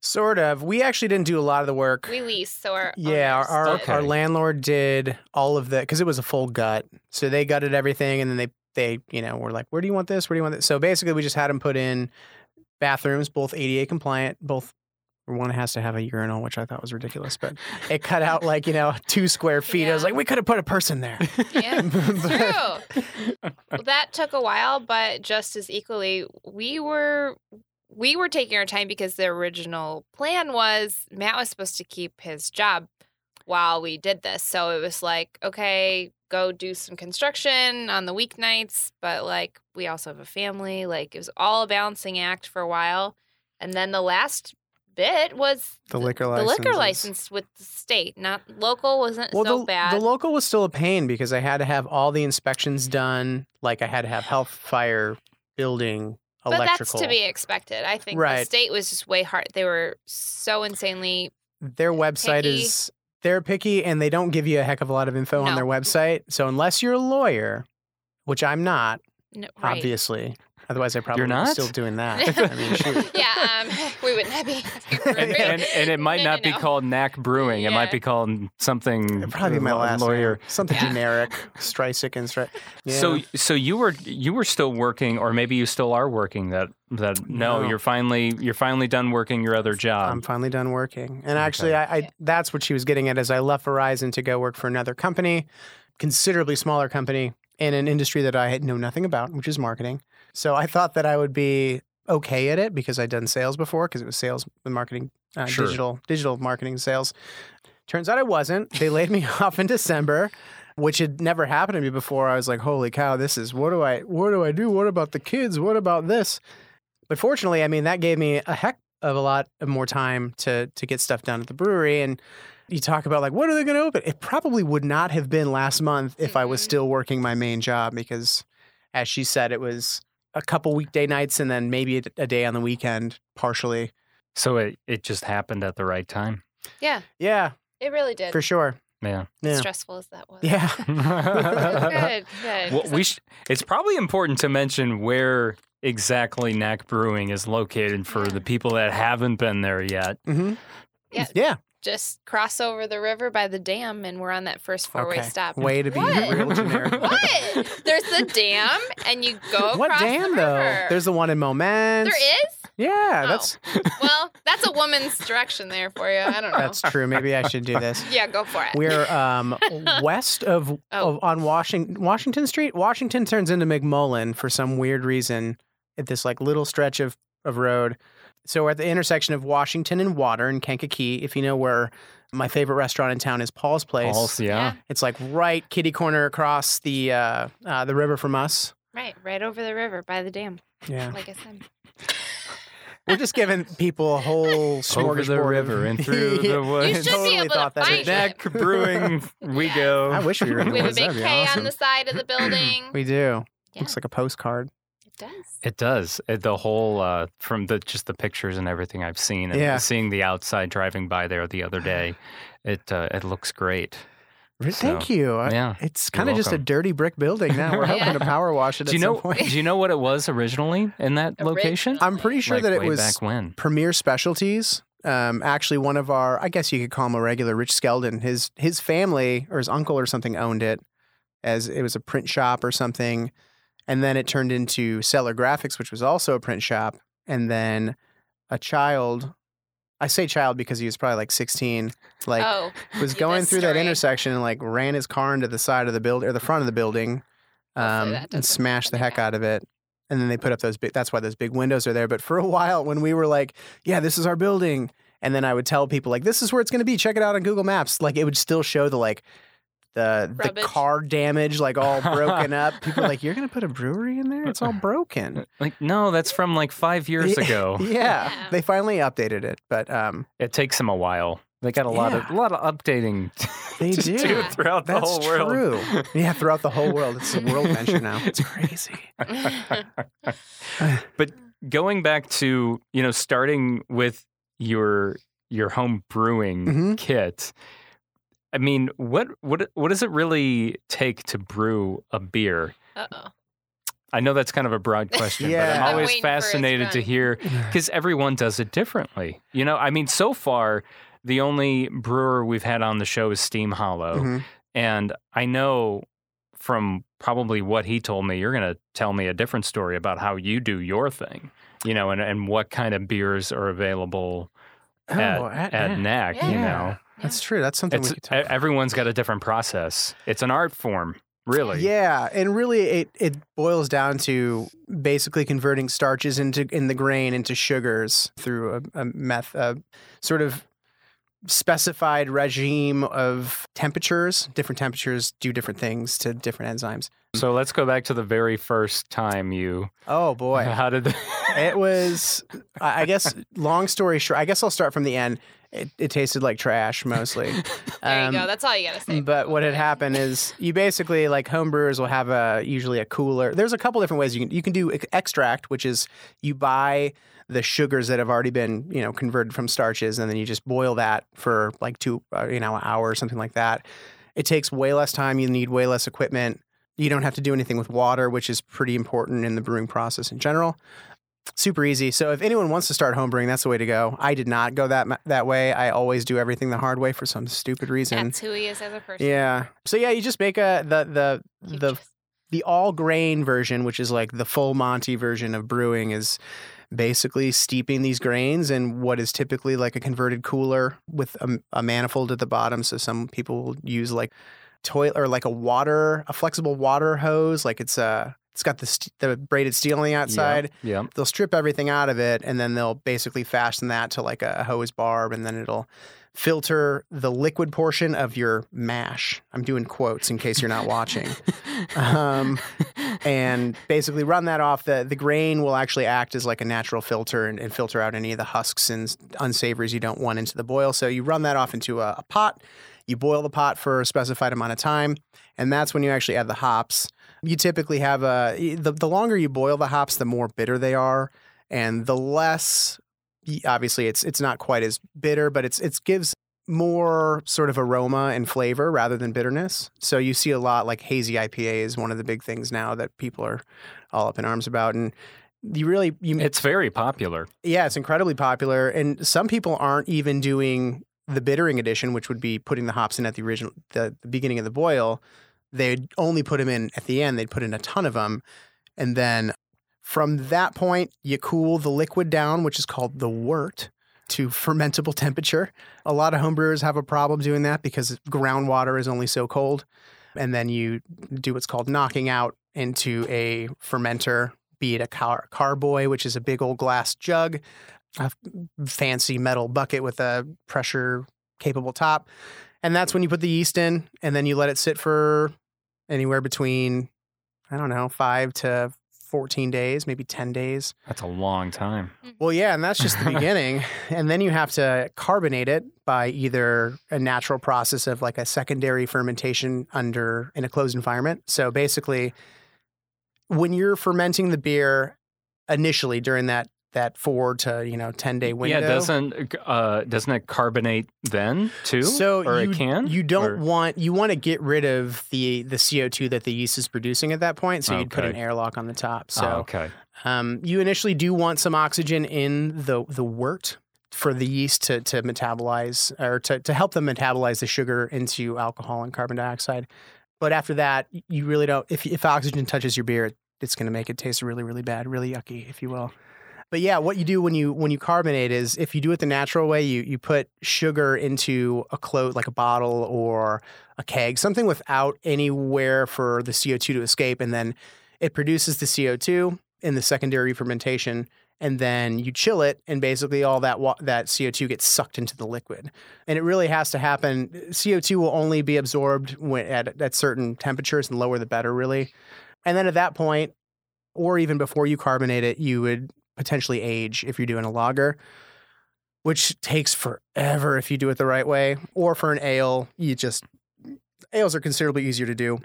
sort of. We actually didn't do a lot of the work.
We lease, so our
yeah, our
owners
our,
did.
Okay.
our landlord did all of the because it was a full gut, so they gutted everything, and then they they you know were like, where do you want this? Where do you want this? So basically, we just had them put in bathrooms, both ADA compliant, both. One has to have a urinal, which I thought was ridiculous, but it cut out like you know two square feet. I was
Yeah.
like, we could have put a person there.
Yeah, it's
But-
true. Well, that took a while, but just as equally, we were we were taking our time because the original plan was Matt was supposed to keep his job while we did this. So it was like, okay, go do some construction on the weeknights, but like we also have a family. Like it was all a balancing act for a while. And then the last bit was
The liquor
the
license.
liquor license with the state, not local wasn't
Well,
so
the,
bad.
the local was still a pain because I had to have all the inspections done. Like I had to have health, fire, building,
But
electrical.
that's to be expected. I think the
Right.
state was just way hard. They were so insanely.
their website
Picky.
is they're picky and they don't give you a heck of a lot of info on
No.
their website. So unless you're a lawyer, which I'm not,
No, right.
obviously. Otherwise, I probably
You're
was
not?
still doing that. I mean, shoot.
yeah, um, we wouldn't be.
and, and, and it might
No, no,
not be
no.
called knack brewing it
Yeah.
might be called something
It'd probably be my
law-
last
lawyer
name. something
Yeah.
generic, Streisick and Stri- yeah.
so so you were you were still working or maybe you still are working that that no,
No.
you're finally you're finally done working your other job
I'm finally done working.
Okay.
And actually, I, I that's what she was getting at. Is I left Verizon to go work for another company, considerably smaller company in an industry that I had know nothing about, which is marketing. So I thought that I would be okay at it because I'd done sales before, because it was sales and marketing, uh,
Sure.
digital digital marketing and sales. Turns out I wasn't. They laid me off in December. Which had never happened to me before. I was like, "Holy cow! This is what do I what do I do? What about the kids? What about this?" But fortunately, I mean, that gave me a heck of a lot of more time to to get stuff done at the brewery. And you talk about like, what are they going to open? It probably would not have been last month if I was
Mhm.
still working my main job because, as she said, it was a couple weekday nights and then maybe a, a day on the weekend partially.
so it, it just happened at the right time
yeah,
Yeah,
it really did.
for sure.
yeah
Yeah.
Stressful as that was.
Yeah.
well,
Good, good.
we sh- it's probably important to mention where exactly knack brewing is located for
Yeah.
the people that haven't been there yet
hmm
Yeah.
Yeah.
Just cross over the river by the dam, and we're on that first four-way
Okay.
stop.
Way to be
What?
real generic.
What? There's the dam, and you go.
What
across the
damn
river.
though? There's the one in Moments.
there is.
Yeah,
Oh.
that's
Well, that's a woman's direction there for you. I don't know.
that's true. Maybe I should do this.
yeah, go for it.
We're um, west of,
Oh.
of on Washington Washington Street. Washington turns into McMullen for some weird reason at this like little stretch of, of road. So we're at the intersection of Washington and Water in Kankakee. If you know where my favorite restaurant in town is, Paul's Place.
Pulse, yeah.
It's like right kitty corner across the uh, uh, the river from us.
Right, right over the river by the dam,
Yeah,
like I said.
we're just giving people a whole
Over the
smorgasbord of-
river and through the
You
woods.
should
totally
be able
thought
to
that
find
is-
it.
Neck brewing, we go.
I wish we were in the
We have a
woods.
big
That'd be
K
awesome.
on the side of the building.
We do.
Yeah.
Looks like a postcard.
it does.
It does. It, the whole uh, from the just the pictures and everything I've seen, and
Yeah.
seeing the outside driving by there the other day, it uh, it looks great.
Thank you. I-
Yeah.
It's kind of just a
welcome.
dirty brick building now. We're hoping
Yeah.
to power wash it
Do you
at
know?
some point.
Do you know what it was originally in that location?
Original.
I'm pretty sure
Like,
that it
way
was
back when.
Premier Specialties. Um, actually, one of our, I guess you could call him a regular, Rich Skeldon. His his family or his uncle or something owned it, as it was a print shop or something, and then it turned into Seller Graphics, which was also a print shop, and then a child. I say child because he was probably like 16. Like
oh,
was
you
going
missed
through that
story.
intersection and like ran his car into the side of the building or the front of the building um,
that
and
doesn't
smashed the
happen
heck out of it. And then they put up those big, that's why those big windows are there. But for a while, when we were like, yeah, this is our building. And then I would tell people, like, this is where it's going to be. Check it out on Google Maps. Like, it would still show the, like, the, the
Rubbish.
car damage, like all broken up. People are like, you're going to put a brewery in there? It's all broken.
Uh, Like no, that's from like five years
Yeah.
ago.
yeah.
Yeah.
They finally updated it. But um,
It takes them a while. They got a lot of a lot of updating
They
to
do.
do throughout the
that's
whole world.
true. yeah, throughout the whole world. It's a world venture now. It's crazy.
but going back to you know starting with your your home brewing
Mhm.
kit i mean what what what does it really take to brew a beer
Uh-oh.
i know that's kind of a broad question but
Yeah.
i'm
I'm
always
waiting for his
fascinated to
gun.
hear because everyone does it differently you know i mean so far the only brewer we've had on the show is steam hollow
Mhm.
and I know from probably what he told me, you're going to tell me a different story about how you do your thing, you know, and, and what kind of beers are available
Oh,
at, at, NAC, you
Yeah.
know.
That's true. That's something
It's,
we could
e-
talk about.
everyone's got a different process. It's an art form, really.
Yeah, and really, it it boils down to basically converting starches into in the grain into sugars through a, a meth a sort of specified regime of temperatures. Different temperatures do different things to different enzymes.
So let's go back to the very first time you.
Oh boy.
How did the,
it was i I guess long story short i guess i'll start from the end it, it tasted like trash mostly
There
Um,
you go. That's all you gotta say.
but what had happened is you basically like homebrewers will have a usually a cooler there's a couple different ways you can you can do ex- extract which is you buy the sugars that have already been you know converted from starches and then you just boil that for like two uh, you know an hour or something like that it takes way less time you need way less equipment you don't have to do anything with water which is pretty important in the brewing process in general super easy so if anyone wants to start homebrewing that's the way to go i did not go that ma- that way i always do everything the hard way for some stupid reason
That's who he is as a person.
yeah. So yeah, you just make a the the
You
the
just-
the all grain version, which is like the full Monty version of brewing, is basically steeping these grains in what is typically like a converted cooler with a, a manifold at the bottom. So some people will use like toilet or like a water, a flexible water hose, like it's a it's got the st- the braided steel on the outside
Yeah.
um, they'll strip everything out of it and then they'll basically fasten that to like a hose barb and then it'll filter the liquid portion of your mash. I'm doing quotes in case you're not watching. Um, and basically run that off. The, the grain will actually act as like a natural filter and, and filter out any of the husks and unsavories you don't want into the boil. So you run that off into a, a pot. You boil the pot for a specified amount of time, and that's when you actually add the hops. You typically have a the, the longer you boil the hops, the more bitter they are, and the less obviously it's it's not quite as bitter, but it's it gives more sort of aroma and flavor rather than bitterness. So you see a lot like hazy IPA is one of the big things now that people are all up in arms about, and you really you
It's very popular.
yeah, it's incredibly popular, and some people aren't even doing the bittering edition, which would be putting the hops in at the original, the, the beginning of the boil. They'd only put them in at the end. They'd put in a ton of them, and then from that point, you cool the liquid down, which is called the wort, to fermentable temperature. A lot of homebrewers have a problem doing that because groundwater is only so cold, and then you do what's called knocking out into a fermenter be it a car, carboy, which is a big old glass jug, a fancy metal bucket with a pressure capable top. And that's when you put the yeast in and then you let it sit for anywhere between, I don't know, five to 14 days, maybe 10 days.
That's a long time.
Well, yeah, and that's just the beginning. And then you have to carbonate it by either a natural process of like a secondary fermentation under in a closed environment. So basically, when you're fermenting the beer initially during that that four to you know ten day window,
Yeah, doesn't uh, doesn't it carbonate then too?
So
or
you,
it can.
You don't
Or-
want you want to get rid of the the CO two that the yeast is producing at that point. So you'd put
Okay.
an airlock on the top. So
Oh, okay.
um, you initially do want some oxygen in the the wort for the yeast to to metabolize or to to help them metabolize the sugar into alcohol and carbon dioxide. But after that, you really don't. If if oxygen touches your beer, it's going to make it taste really really bad, really yucky, if you will. But yeah, what you do when you when you carbonate is if you do it the natural way, you you put sugar into a clo like a bottle or a keg, something without anywhere for the CO two to escape, and then it produces the CO two in the secondary fermentation, and then you chill it, and basically all that wa- that CO two gets sucked into the liquid, and it really has to happen. CO two will only be absorbed when, at at certain temperatures, and lower the better, really. And then at that point, or even before you carbonate it, you would potentially age if you're doing a lager, which takes forever if you do it the right way. Or for an ale, you just ales are considerably easier to do.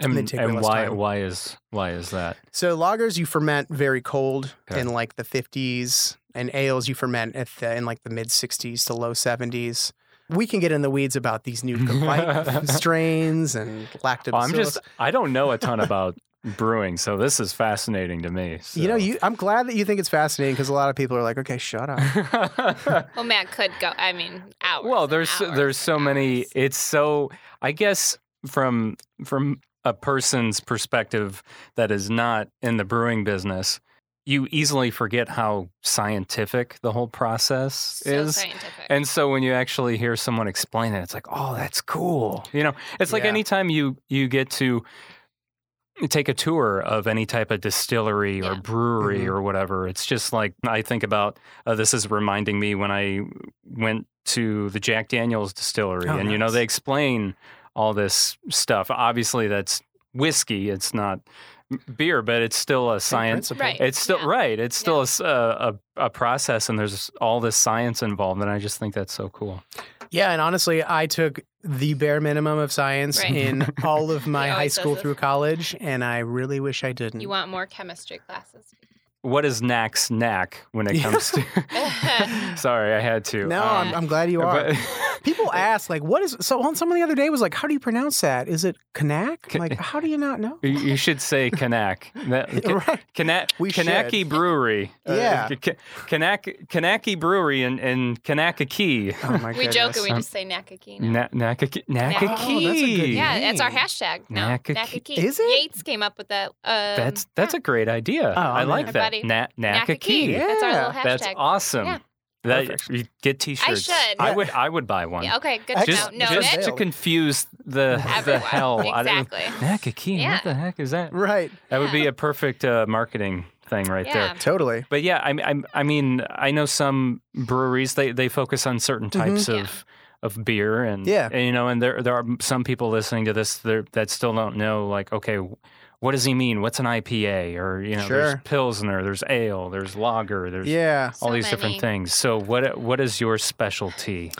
And,
they take way
and
less
why
time.
why is why is that?
So lagers you ferment very cold
Okay.
in like the 50s, and ales you ferment at the, in like the mid 60s to low 70s. We can get in the weeds about these new light strains and lactobacillus.
Oh, I'm just I don't know a ton about brewing, so this is fascinating to me.
you know,
so.
you, I'm glad that you think it's fascinating because a lot of people are like, okay, shut up.
Well, Matt could go. I mean, hours.
well
and
there's
hours
there's so
and
many
hours.
it's so i guess from from a person's perspective that is not in the brewing business you easily forget how scientific the whole process
so
is
scientific.
and so when you actually hear someone explain it, it's like, oh, that's cool. You know, it's like
Yeah.
anytime you you get to take a tour of any type of distillery or
Yeah.
brewery
Mhm.
or whatever, it's just like I think about. Uh, this is reminding me when I went to the Jack Daniel's distillery,
Oh,
and you know
nice.
they explain all this stuff. Obviously, that's whiskey. It's not beer, but it's still a science.
Principle.
Right.
It's still
Yeah.
right. It's still a s- a, a, a process, and there's all this science involved, and I just think that's so cool.
Yeah, and honestly, I took the bare minimum of science
Right.
in all of my
He
high
always
school
does
through
this.
college, and I really wish I didn't.
You want more chemistry classes?
What is Knack's knack when it comes to? Sorry, I had to.
no,
Um,
I'm, I'm glad you are.
but- Uh,
People ask, like, what is so? on- Someone the other day was like, how do you pronounce that? Is it Kanak?
Ca-
Like, how do you not know?
you- you should say Kanak. That- Ka-
right.
Kanak
We should.
Kanaki Brewery.
Yeah.
Uh, Ka- Kanak Kanaki Brewery in in Kanakaki.
Oh my
we
goodness.
joke and we
Um,
just say Nakakino.
Na- Nakaki.
Oh, that's a good
Nakaki.
yeah, that's our
name.
hashtag. No,
Nakaki-
Nakaki.
Is it?
Yates came up with that. Um,
That's that's a great idea.
Oh,
I
man.
like
My
that.
buddy.
Na-
yeah.
Nakaki.
That's our little
Yeah.
hashtag.
That's awesome.
Yeah.
That
Perfect.
you get T-shirts.
should.
I
Yeah.
would. I would buy one.
Yeah, okay, good
Just,
to know. Noted.
just
it.
to confuse the the
Everyone.
hell out of
exactly.
Nakakeen.
Yeah.
What the heck is that?
Right.
That would be a perfect uh, marketing thing right there.
Yeah.
Totally.
But yeah, I, I, I mean, I know some breweries they, they focus on certain types
Mhm. Yeah.
of of beer and
Mm-hmm. Yeah.
and, you know, and there there are some people listening to this there- that still don't know like okay, what does he mean? What's an IPA or you know, there's
Sure.
pilsner, there's ale, there's lager, there's
Yeah.
all
So
these different
many.
things. So what what is your specialty?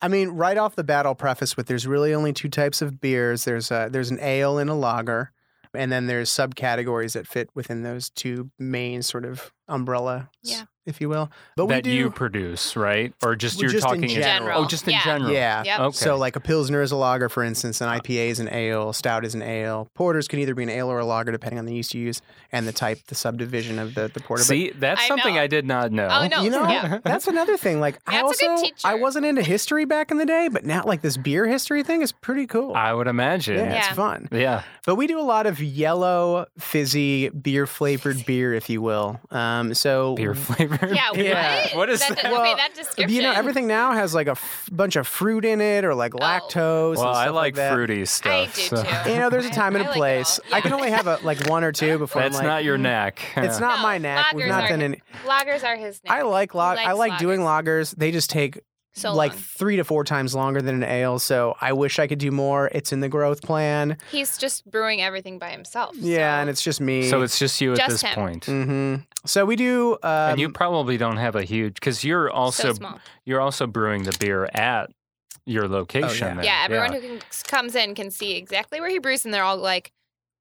I mean, right off the bat, I'll preface with there's really only two types of beers. There's a, there's an ale and a lager, and then there's subcategories that fit within those two main sort of umbrellas,
Yeah.
if you will. But
that
we do,
you produce, right? Or just
Well,
you're
just in
talking
In general.
Oh, just in
yeah.
general.
yeah.
Yep.
Okay.
So like a pilsner is a lager, for instance, an IPA is an ale, stout is an ale. Porters can either be an ale or a lager, depending on the yeast you use and the type, the subdivision of the the porter. But
See, that's
I
something
know.
I did not know.
Oh, no.
you know,
yeah.
that's another thing. Like I
Matt's a good
also
teacher.
I wasn't into history back in the day, but now like this beer history thing is pretty cool.
I would imagine.
yeah,
Yeah.
it's
Yeah.
fun. But we do a lot of yellow, fizzy, beer flavored beer, if you will. Um, Um, so
Beer flavored.
Yeah,
Yeah.
What?
What is
that?
that?
okay,
Well,
that description. Oh.
you know everything now has like a f- bunch of fruit in it or like lactose. and
Well, I
stuff
like,
that.
fruity stuff.
I do
so-
too.
You know, there's a
I-
time and
I
a
like it
place.
all.
I can
Yeah.
only have a, like one or two before
That's
I'm like, mm,
not your neck.
it's not
No,
my knack. We've
lagers
not
are
been in.
Loggers are his name.
I like log.
He
I
likes
like doing loggers. They just take
so
like
long.
three to four times longer than an ale. So I wish I could do more. It's in the growth plan.
He's just brewing everything by himself.
Yeah,
so-
and it's just me.
So it's just you at
Just
this
him.
point.
hmm So we do. Um,
and you probably don't have a huge because you're also
so small.
you're also brewing the beer at your location.
Oh, yeah.
then.
Yeah, everyone who can, comes in can see exactly where he brews, and they're all like,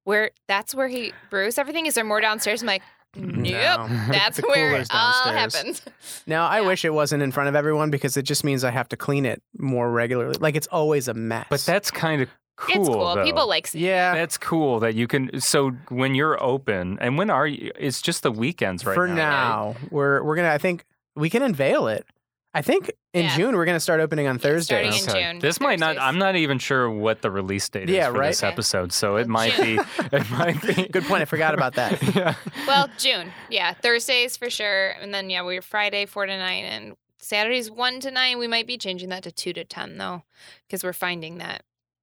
"Where? That's where he brews everything." Is there more downstairs? I'm like, "Nope,
No.
that's
The
where it
cooler's
all
downstairs.
happens."
Now I
Yeah.
wish it wasn't in front of everyone because it just means I have to clean it more regularly. Like it's always a mess.
But that's kind of cool.
it's cool.
though.
People like seeing.
yeah.
That's cool that you can. So when you're open, and when are you? It's just the weekends right
for
now. right?
now, we're we're gonna. I think we can unveil it. I think in
Yeah.
June we're gonna start opening on
starting
Thursdays.
in June,
This might not.
Thursdays.
I'm not even sure what the release date
Yeah,
is for
right.
this
Okay.
episode, so it might be. It might be.
Good point. I forgot about that.
yeah.
Well, June. Yeah, Thursdays for sure, and then yeah, we're Friday four to nine, and Saturdays one to nine. We might be changing that to two to ten though, because we're finding that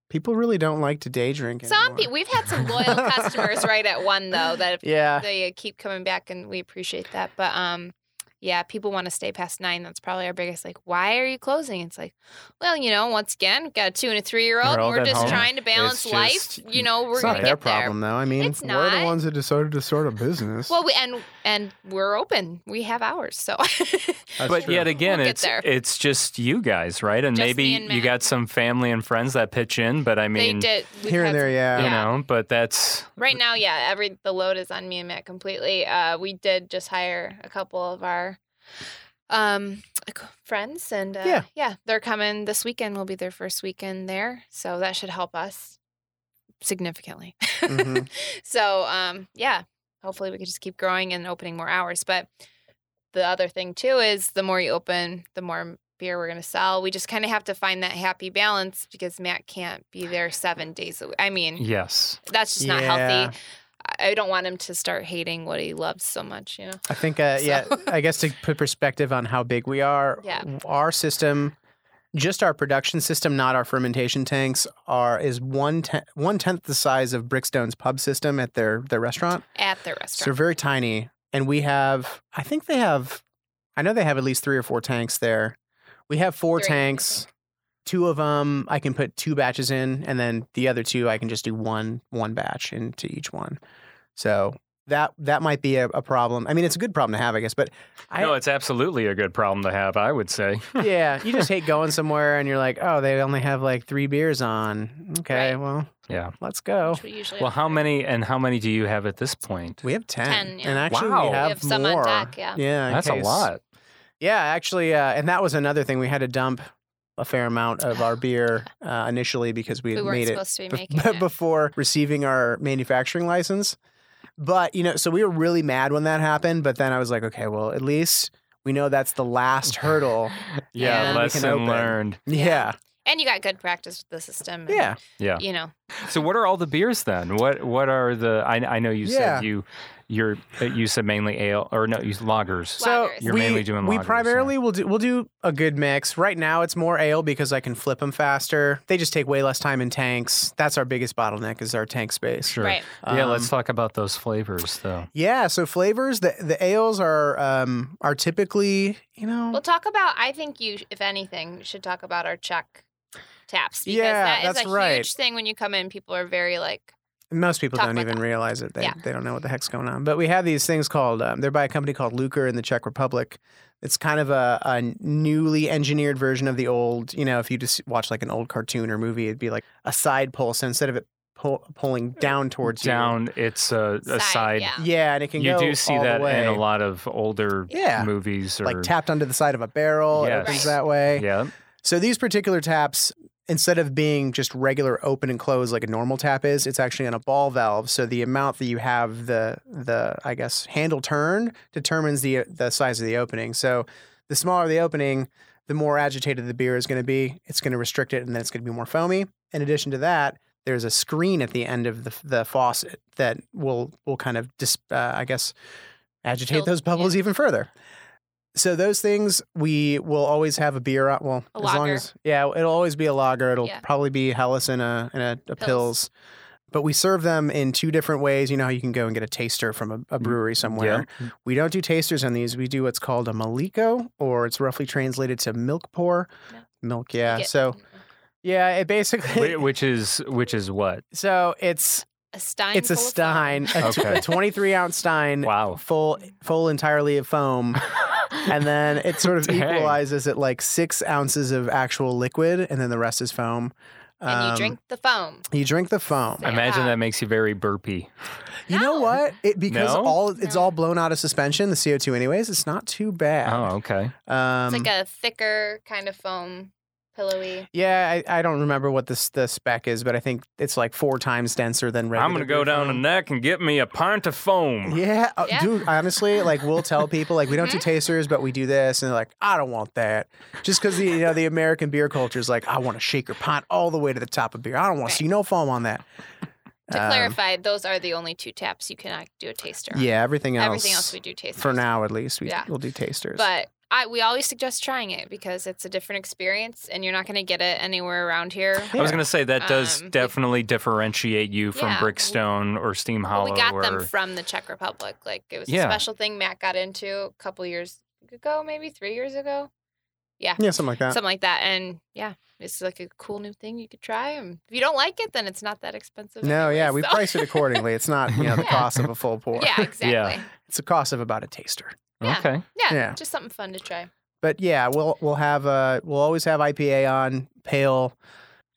People really don't like to day drink.
some
anymore.
people. We've had some loyal customers right at one though that have
Yeah.
they uh, keep coming back and we appreciate that but um yeah people want to stay past nine that's probably our biggest like why are you closing it's like well you know once again we've got a two and a three year old
We're all
we're
at
just
home.
trying to balance
It's
life
just-
you know we're
it's
gonna
not their
get there
problem though. I mean,
It's We're the not. ones
that decided to start a business.
well we, and and we're open we have hours so
but yet again,
We'll get
it's
there.
it's just you guys, right? And
Just
maybe
me and
you
Matt.
got some family and friends that pitch in, but I
they
mean,
did we've
here
had
and there, yeah.
you
Yeah.
know, but that's
Right now, yeah, every the load is on me and Matt completely. Uh, we did just hire a couple of our um c- friends, and uh,
Yeah.
they're coming this weekend. Will be their first weekend there, so that should help us significantly.
Mhm.
so, um, yeah, hopefully we can just keep growing and opening more hours. But the other thing too is the more you open, the more beer we're going to sell. We just kind of have to find that happy balance because Matt can't be there seven days a week. I mean
yes.
that's just not
Yeah.
healthy. I- I don't want him to start hating what he loves so much, you know.
I think, uh,
So-
yeah, I guess to put perspective on how big we are,
Yeah.
our system, just our production system, not our fermentation tanks, are is one ten- one tenth the size of Brickstone's pub system at their their restaurant.
At the
So they're
restaurant,
very tiny, and we have, I think they have, I know they have at least three or four tanks there. We have four
Three, I
tanks. Two of them I can put two batches in, and then the other two I can just do one one batch into each one. So that that might be a, a problem. I mean, it's a good problem to have, I guess. But I,
no, it's absolutely a good problem to have, I would say.
yeah, you just hate going somewhere and you're like, oh, they only have like three beers on. Okay,
Right.
well,
Yeah.
let's go.
which we usually
Well,
have
how
three.
many and how many do you have at this point?
We have ten,
10, yeah.
and actually
Wow.
we
We
have,
have some on
more.
deck, yeah.
yeah, in
That's a
case-
lot.
Yeah, actually, uh, and that was another thing. We had to dump a fair amount of our beer uh, initially because we
we
had
weren't
made it
supposed to be
bef-
making it.
before receiving our manufacturing license. But you know, so we were really mad when that happened. But then I was like, okay, well, at least we know that's the last hurdle.
Yeah,
And we
lesson
can open.
learned.
Yeah,
and you got good practice with the system. and,
yeah.
Yeah.
you know,
So what are all the beers then? What what are the I, I know you
Yeah.
said you you're uh, you said mainly ale or no, you lagers.
So
Lagers.
You're
we,
mainly doing
we
lagers, yeah.
primarily will do we'll do a good mix. Right now, it's more ale because I can flip them faster. They just take way less time in tanks. That's our biggest bottleneck is our tank space.
Sure.
right?
Yeah, let's
Um,
talk about those flavors though.
Yeah, so flavors the the ales are um are typically you know
We'll talk about. I think you, if anything, should talk about our Czech taps because
Yeah,
that is
that's
a
right.
huge thing when you come in. People are very like,
most people
talk
don't
about
even
that.
realize it. They
Yeah.
they don't know what the heck's going on. But we have these things called um, they're by a company called Luker in the Czech Republic. It's kind of a, a newly engineered version of the old. You know, if you just watch like an old cartoon or movie, it'd be like a side pull. So instead of it pull, pulling down towards you-
Down it's a, a side.
Side, Hmm. yeah.
yeah, and it can
You
go
do see
all the
that in a
way.
lot of older
Yeah.
movies or
like tapped onto the side of a barrel. It
Yes.
opens
Right.
that way.
Yeah.
So these particular taps, instead of being just regular open and close like a normal tap is, it's actually on a ball valve. So the amount that you have the the I guess handle turned determines the the size of the opening. So the smaller the opening, the more agitated the beer is going to be. It's going to restrict it, and then it's going to be more foamy. In addition to that, there's a screen at the end of the the faucet that will will kind of dis, uh, I guess agitate
Fill-
those bubbles even further. So those things we will always have a beer. on- Well,
A
as long
lager.
as yeah, it'll always be a lager. It'll
Yeah.
probably be Hellas and a and a, a
Pils.
pills. But we serve them in two different ways. You know how you can go and get a taster from a, a brewery somewhere.
Mm, Yeah.
We don't do tasters on these. We do what's called a Maliko, or it's roughly translated to milk pour.
Yeah.
Milk, yeah.
Get
So yeah, it basically
Wh- which is which is what?
so it's
a stein.
it's a
full of foam.
stein, a, t-
Okay.
a twenty three ounce stein,
Wow.
full full entirely of foam. and then it sort of
Dang.
equalizes at like six ounces of actual liquid, and then the rest is foam.
and
Um,
you drink the foam.
You drink the foam.
I imagine that makes you very burpy.
You know
No.
what? It because
No?
all it's
No.
all blown out of suspension, the CO two anyways. It's not too bad.
Oh, okay.
Um,
It's like a thicker kind of foam, pillowy.
yeah, I, I don't remember what this the spec is, but I think it's like four times denser than regular.
I'm gonna go
beer
down the
foam.
neck and get me a pint of foam.
Yeah, uh,
Yeah.
dude. Honestly, like we'll tell people like we don't do
Mhm.
tasters, but we do this, and they're like, I don't want that, just because the you know the American beer culture is like, I want a shaker pint all the way to the top of beer. I don't want to
Right.
see no foam on that.
To
Um,
clarify, those are the only two taps you cannot do a taster. on.
yeah, everything else.
Everything else we do taste
for now at least we
Yeah.
we'll do tasters.
But I, we always suggest trying it because it's a different experience and you're not going to get it anywhere around here.
I was gonna say that does
Um,
definitely differentiate you from
Yeah.
Brickstone or Steam
But
Hollow.
we got them
or-
from the Czech Republic. Like it was
Yeah.
a special thing Matt got into a couple years ago, maybe three years ago,
yeah, something like that.
something like that. And yeah, it's like a cool new thing you could try. And if you don't like it, then it's not that expensive.
no,
anyway,
yeah, we
so-
priced it accordingly. It's not you know the
Yeah.
cost of a full pour.
yeah, exactly. Yeah.
It's the cost of about a taster.
Yeah.
Okay.
Yeah.
just something fun to try.
But yeah, we'll we'll have uh we'll always have IPA on pale.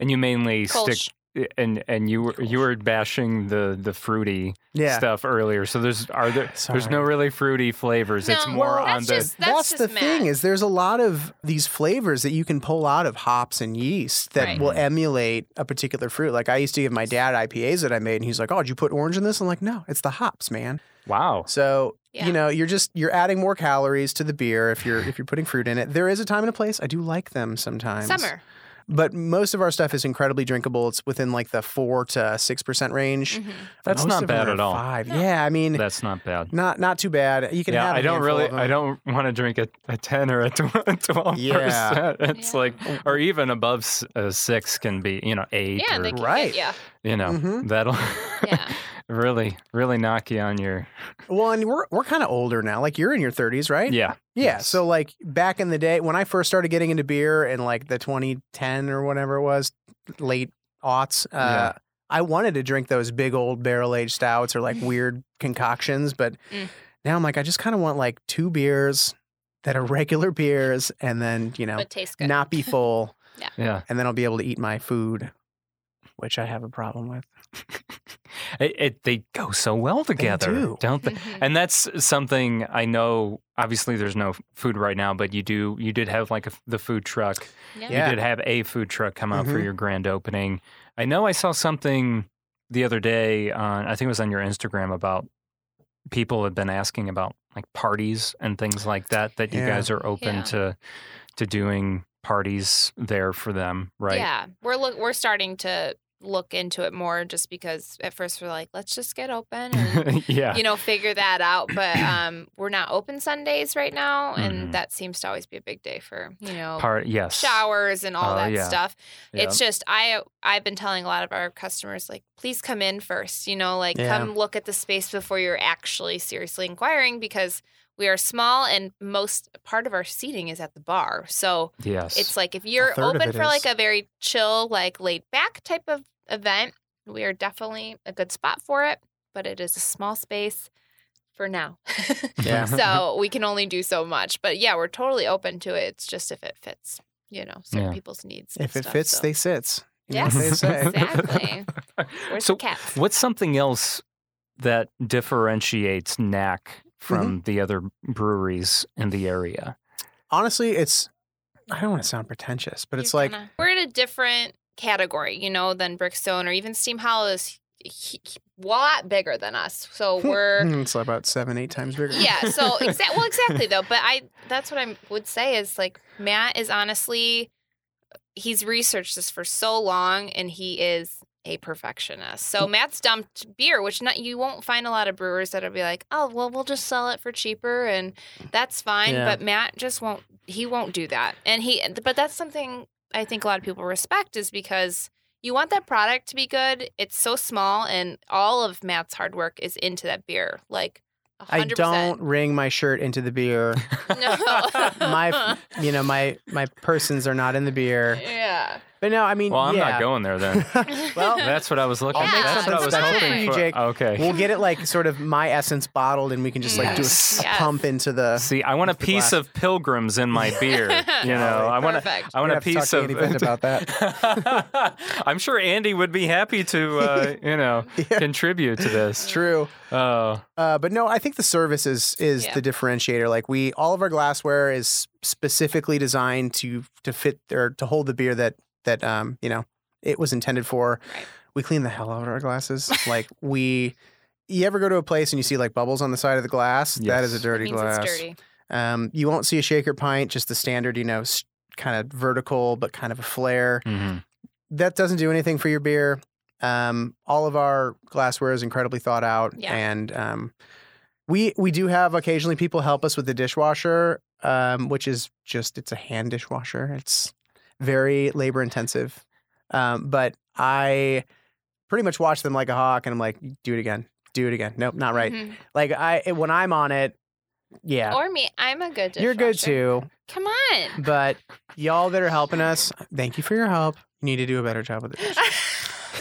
And you mainly
Kolsch.
stick and and you were you were bashing the the fruity
Yeah,
stuff earlier. So there's are there there's
Sorry.
no really fruity flavors. it's
No,
more
Well,
on
that's
the
just that's,
the
just
thing
Matt.
is there's a lot of these flavors that you can pull out of hops and yeast that
Right.
will emulate a particular fruit. Like I used to give my dad IPAs that I made, and he's like, "Oh, did you put orange in this?" I'm like, "No, it's the hops, man."
wow.
So
Yeah.
you know, you're just you're adding more calories to the beer if you're if you're putting fruit in it. There is a time and a place. I do like them sometimes.
summer.
but most of our stuff is incredibly drinkable. It's within like the four to six percent range.
Mhm.
That's
Most
not
of them
bad
are
at all.
Five.
No.
Yeah, I mean,
That's not bad.
not not too bad. You can
yeah,
have. I
I don't really, I don't want to drink a, a ten or a twelve
Yeah.
percent. It's
Yeah.
like, or even above s- uh, six can be, you know, eight
Yeah,
or
they can
right.
Get, yeah,
you know,
Mhm.
that'll
yeah.
really, really knock you on your
Well, and we're we're kind of older now. Like you're in your thirties, right?
yeah.
Yeah.
Yes.
So like back in the day when I first started getting into beer in like the 2010 or whatever it was, late aughts,
Yeah.
uh, I wanted to drink those big old barrel aged stouts or like weird concoctions, but
Mm.
now I'm like I just kind of want like two beers that are regular beers, and then you know
but tastes good.
not be full,
Yeah,
and then I'll be able to eat my food, which I have a problem with.
it, it they go so well together,
do.
not they?
Mhm.
And that's something I know. Obviously, there's no f- food right now, but you do. You did have like a, f- the food truck.
Yeah.
Yeah.
You did have a food truck come out for
Mhm.
your grand opening. I know I saw something the other day on. I think it was on your Instagram about people had been asking about like parties and things like that. That you
Yeah.
guys are open
Yeah.
to to doing parties there for them, right?
Yeah, we're look we're starting to look into it more just because at first we're like, let's just get open and
yeah.
you know figure that out. But um, we're not open Sundays right now, and
Mhm.
that seems to always be a big day for you know
Par- yes.
showers and all
Oh,
that
yeah.
stuff.
Yeah.
It's just I I've been telling a lot of our customers like please come in first, you know, like
Yeah.
come look at the space before you're actually seriously inquiring because we are small and most part of our seating is at the bar. So
yes.
it's like if you're
third of
open
it
for like
is.
a very chill, like laid back type of event, we are definitely a good spot for it, but it is a small space for now.
Yeah.
so we can only do so much. But yeah, we're totally open to it. It's just if it fits, you know, certain
Yeah.
people's needs. and
If it
stuff,
fits,
so.
they sits. You know what
Yes,
they say.
exactly. Where's
so
the cats?
What's something else that differentiates Knack
Mm-hmm.
from the other breweries in the area?
Honestly, it's. I don't want to sound pretentious, but it's
You're
like
gonna- we're in a different category, you know, than Brickstone or even Steam Hollow is a lot bigger than us. So we're
Mm, it's about seven, eight times bigger.
yeah so exa- well exactly though but i that's what i would say is like matt is honestly he's researched this for so long and he is a perfectionist.
Mm.
So Matt's dumped beer, which not you won't find a lot of brewers that'll be like, "Oh, well, we'll just sell it for cheaper and that's fine."
Yeah.
But Matt just won't he won't do that. And he but that's something I think a lot of people respect is because you want that product to be good. It's so small and all of Matt's hard work is into that beer. Like 100%.
I don't wring my shirt into the beer.
No.
My, you know, my my persons are not in the beer.
Yeah.
But no, I mean,
Well, I'm
yeah.
not going there then.
Well,
That's what I was looking.
I'll make
That's what I
something
was
special for
hoping
you,
for.
Jake.
Okay.
We'll get it like sort of my essence bottled, and we can just like do a
Yes.
s-
Yes.
pump into the.
See, I want a
uh, With the
piece
glass.
of pilgrims in my beer. You know, I want to.
Perfect.
I want
We
a
have to talk
piece
to
of.
Andy Bent about
I'm sure Andy would be happy to, uh, you know,
Yeah.
contribute to this.
True.
Oh,
Uh, but no, I think the service is is
Yeah.
the differentiator. Like we, all of our glassware is specifically designed to to fit or to hold the beer that that um you know it was intended for.
Right.
We clean the hell out of our glasses. like we, you ever go to a place and you see like bubbles on the side of the glass? That is a
Yes.
That
dirty
means
glass.
It's dirty.
Um, you won't see a shaker pint, just the standard, you know, s kind of vertical but kind of a flare.
mhm.
That doesn't do anything for your beer. Um, all of our glassware is incredibly thought out,
Yeah.
and um, we we do have occasionally people help us with the dishwasher, um, which is just it's a hand dishwasher. It's very labor intensive, um, but I pretty much watch them like a hawk, and I'm like, do it again, do it again. Nope, not right.
Mhm.
Like I when I'm on it, yeah,
Or me. I'm a good dishwasher.
you're good too
Come on.
but y'all that are helping us, thank you for your help. You need to do a better job with it.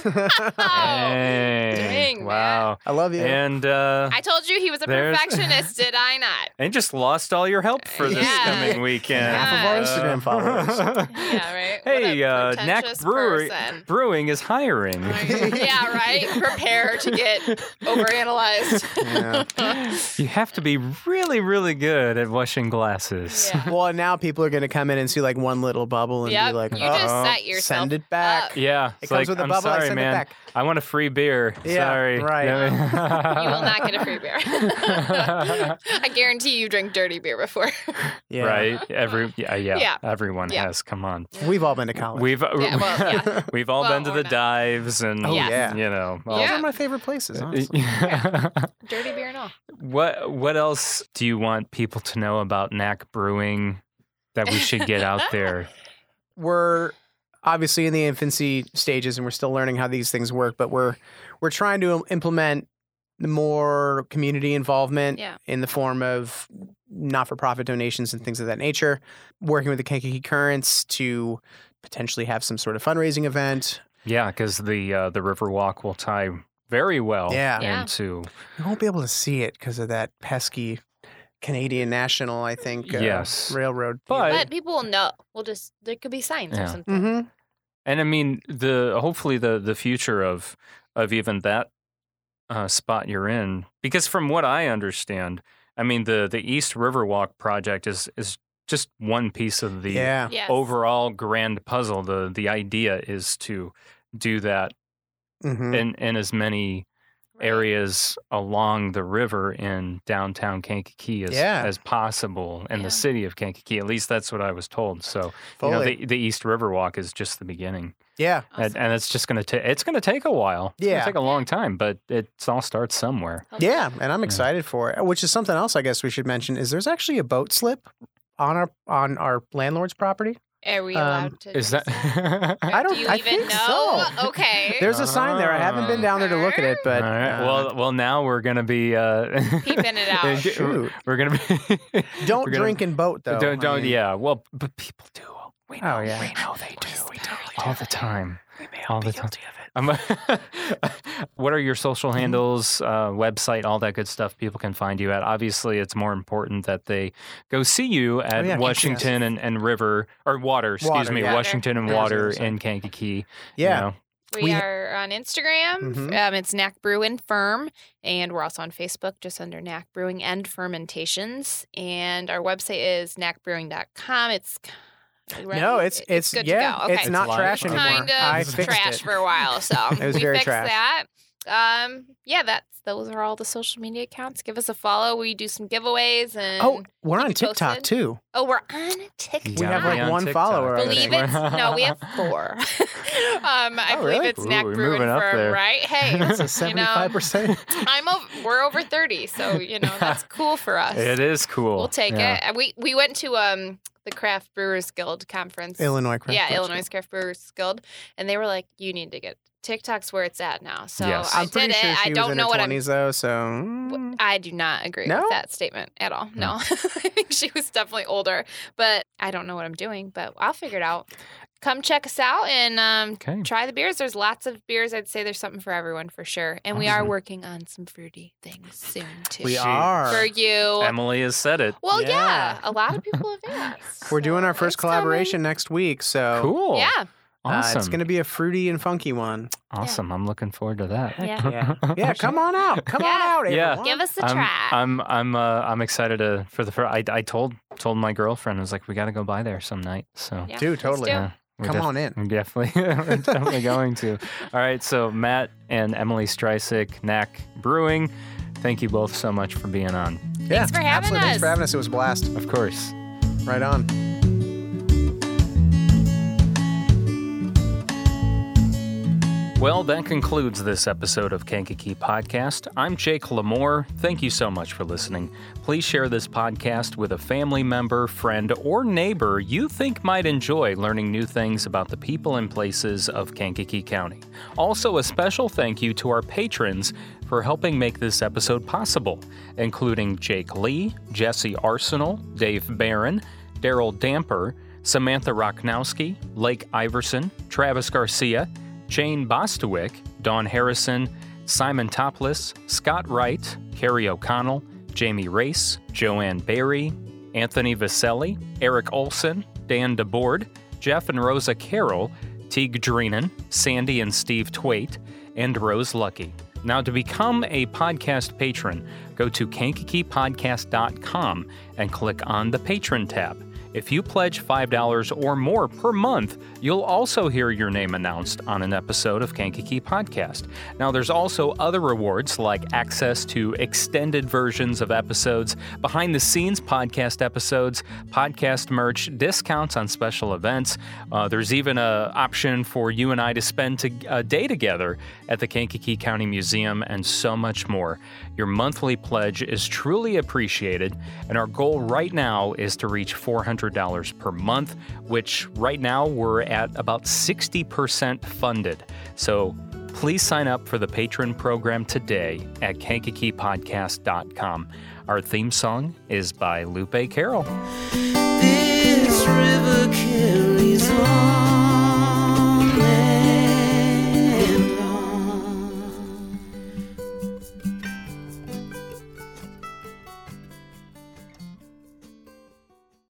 Oh,
Hey,
dang, man.
wow.
I love you.
And uh,
I told you he was a
There's-
perfectionist, did I not?
and just lost all your help for this
Yeah.
coming weekend. Uh,
Half
of our Instagram
followers.
Yeah, right. What
Hey,
a
uh, Knack
pretentious
Brewery
person.
Brewing is hiring.
yeah, right. Prepare to get overanalyzed.
Yeah.
You have to be really, really good at washing glasses.
Yeah.
Well, and now people are going to come in and see like one little bubble and
Yep,
be like,
you just
"Uh-oh,
set yourself
Send it back.
up.
Yeah,
It
it's
comes
like,
with a
I'm
bubble, I
sorry,
send it
man.
back."
I want a free beer.
Yeah,
sorry.
right.
You will not get a free beer. I guarantee you drink dirty beer before.
Yeah.
Right? Every yeah, yeah,
Yeah.
Everyone
Yeah.
has. Come on.
We've all been to college.
We've uh,
Yeah, well, yeah.
we've all
Well,
been to the
or not.
dives and
Oh,
Yes.
yeah.
you know. all-
Those
Yeah.
are my favorite places.
Uh,
Honestly.
Yeah.
Dirty beer and all.
what what else do you want people to know about Knack Brewing that we should get out there?
we're obviously in the infancy stages and we're still learning how these things work but we're we're trying to implement more community involvement
Yeah.
in the form of not-for-profit donations and things of that nature working with the kankakee currents to potentially have some sort of fundraising event
Yeah, because the uh, the Riverwalk will tie very well
Yeah.
Yeah.
into
you won't be able to see it because of that pesky canadian national i think uh,
Yes.
railroad
But-
But people will know. We'll just there could be signs or
Yeah.
something.
hmm
And I mean the hopefully the the future of of even that uh, spot you're in because from what I understand, I mean the the East Riverwalk project is is just one piece of the
yeah
Yes.
overall grand puzzle. The the idea is to do that
hmm
in in as many
Right.
areas along the river in downtown Kankakee as
Yeah.
as possible in
Yeah.
the city of Kankakee. At least that's what I was told. So
fully
you know the the East Riverwalk is just the beginning.
yeah
And, and it's just going to take it's going to take a while. It's gonna
Yeah.
take a long time, but it all starts somewhere.
Awesome.
Yeah, and I'm excited for it. Which is something else I guess we should mention is there's actually a boat slip on our on our landlord's property.
Are we
Um,
allowed to?
Is
do
that?
I don't
Do you
I
even
think
know?
so.
Okay.
There's a sign there. I haven't been down there to look at it, but
all right.
uh,
well, well, now we're going to be uh,
Peeping it out.
shoot.
We're going to be we're
Don't
gonna-
drink and boat though.
Don't,
I
don't
mean,
yeah. Well, but people do. We know,
Oh, yeah.
we know they do. We totally do all the time. We may all the time. I'm- what are your social
Mm-hmm.
handles, uh, website, all that good stuff people can find you at? Obviously, it's more important that they go see you at
Oh, yeah,
Washington and, and River or Water, excuse
Water,
me,
yeah.
Washington and
Water.
Water
Yeah.
in Kankakee. you
Yeah.
know.
We,
We ha-
are on Instagram.
Mhm.
Um, it's Knack Brew and Firm, and we're also on Facebook, just under Knack Brewing and Fermentations. And our website is knackbrewing.com. It's you ready?
No, it's
It-
it's,
good
yeah,
to go. Okay.
it's not
It's
trash
live.
anymore.
kind
I
of
fixed
trash
it.
for a while, so
It was
we
very
fixed
trash.
that. um, yeah, that's those are all the social media accounts. Give us a follow. We do some giveaways and
Oh, we're
Did
on
you post
TikTok
it?
too.
oh, we're on TikTok.
We have like
Yeah, on
one
TikTok.
follower. I
believe
think.
it's no, we have four. um, I
Oh,
believe
really?
it's Knack
Ooh, we're
Brewing
moving up
Firm,
there.
right? Hey,
That's a
you know,
seventy-five percent.
I'm over, we're over thirty, so you know that's cool for us.
It is cool.
We'll take
Yeah.
it. And We we went to um the Craft Brewers Guild conference.
Illinois. Craft
yeah,
Brewers.
Illinois Craft Brewers Guild, and they were like, "You need to get TikTok's where it's at now." So
Yes.
I
I'm pretty
did
sure
it.
she
I
was
don't
in
know
her
what I'm.
20s though. So mm,
I do not agree
No? Hmm.
with that statement at all. No, I think she was definitely older, but I don't know what I'm doing. But I'll figure it out. Come check us out and um,
Okay.
try the beers. There's lots of beers. I'd say there's something for everyone for sure. And we are
Awesome.
working on some fruity things soon too.
we
She-
are.
for you.
Emily has said it.
Well, yeah.
Yeah.
a lot of people have asked.
We're doing our
so
first
it's coming.
collaboration next week. So
Cool.
Yeah,
Awesome.
uh, it's going to be a fruity and funky one.
awesome. I'm looking forward to that.
Yeah.
Yeah, come on out. Come on
Yeah.
out.
Yeah.
Everyone.
give us a
I'm,
try.
I'm I'm uh, I'm excited to for the first. I, I told told my girlfriend I was like we got to go by there some night. So
Yeah,
Dude,
let's
totally.
do it.
yeah, we're
Come
def-
on in.
We're definitely we're definitely going to. All right. So Matt and Emily Streisick, Knack Brewing. Thank you both so much for being on.
Yeah,
Thanks for having
absolutely. Thanks
us.
for having us. It was a blast.
Of course.
Right on.
Well, that concludes this episode of Kankakee Podcast. I'm Jake Lamore. Thank you so much for listening. Please share this podcast with a family member, friend, or neighbor you think might enjoy learning new things about the people and places of Kankakee County. Also, a special thank you to our patrons for helping make this episode possible, including Jake Lee, Jesse Arsenal, Dave Barron, Daryl Damper, Samantha Rocknowski, Lake Iverson, Travis Garcia, Jane Bostowick, Dawn Harrison, Simon Topless, Scott Wright, Carrie O'Connell, Jamie Race, Joanne Barry, Anthony Vaselli, Eric Olson, Dan DeBoard, Jeff and Rosa Carroll, Teague Dreenan, Sandy and Steve Twait, and Rose Lucky. Now, to become a podcast patron, go to kankakeepodcast.com and click on the Patron tab. If you pledge $5 or more per month, you'll also hear your name announced on an episode of Kankakee Podcast. Now, there's also other rewards like access to extended versions of episodes, behind the scenes podcast episodes, podcast merch, discounts on special events. Uh, there's even an option for you and I to spend to, a day together at the Kankakee County Museum and so much more. Your monthly pledge is truly appreciated, and our goal right now is to reach $400 per month, which right now we're at about 60% funded. So please sign up for the patron program today at kankakeepodcast.com. Our theme song is by Lupe Carroll.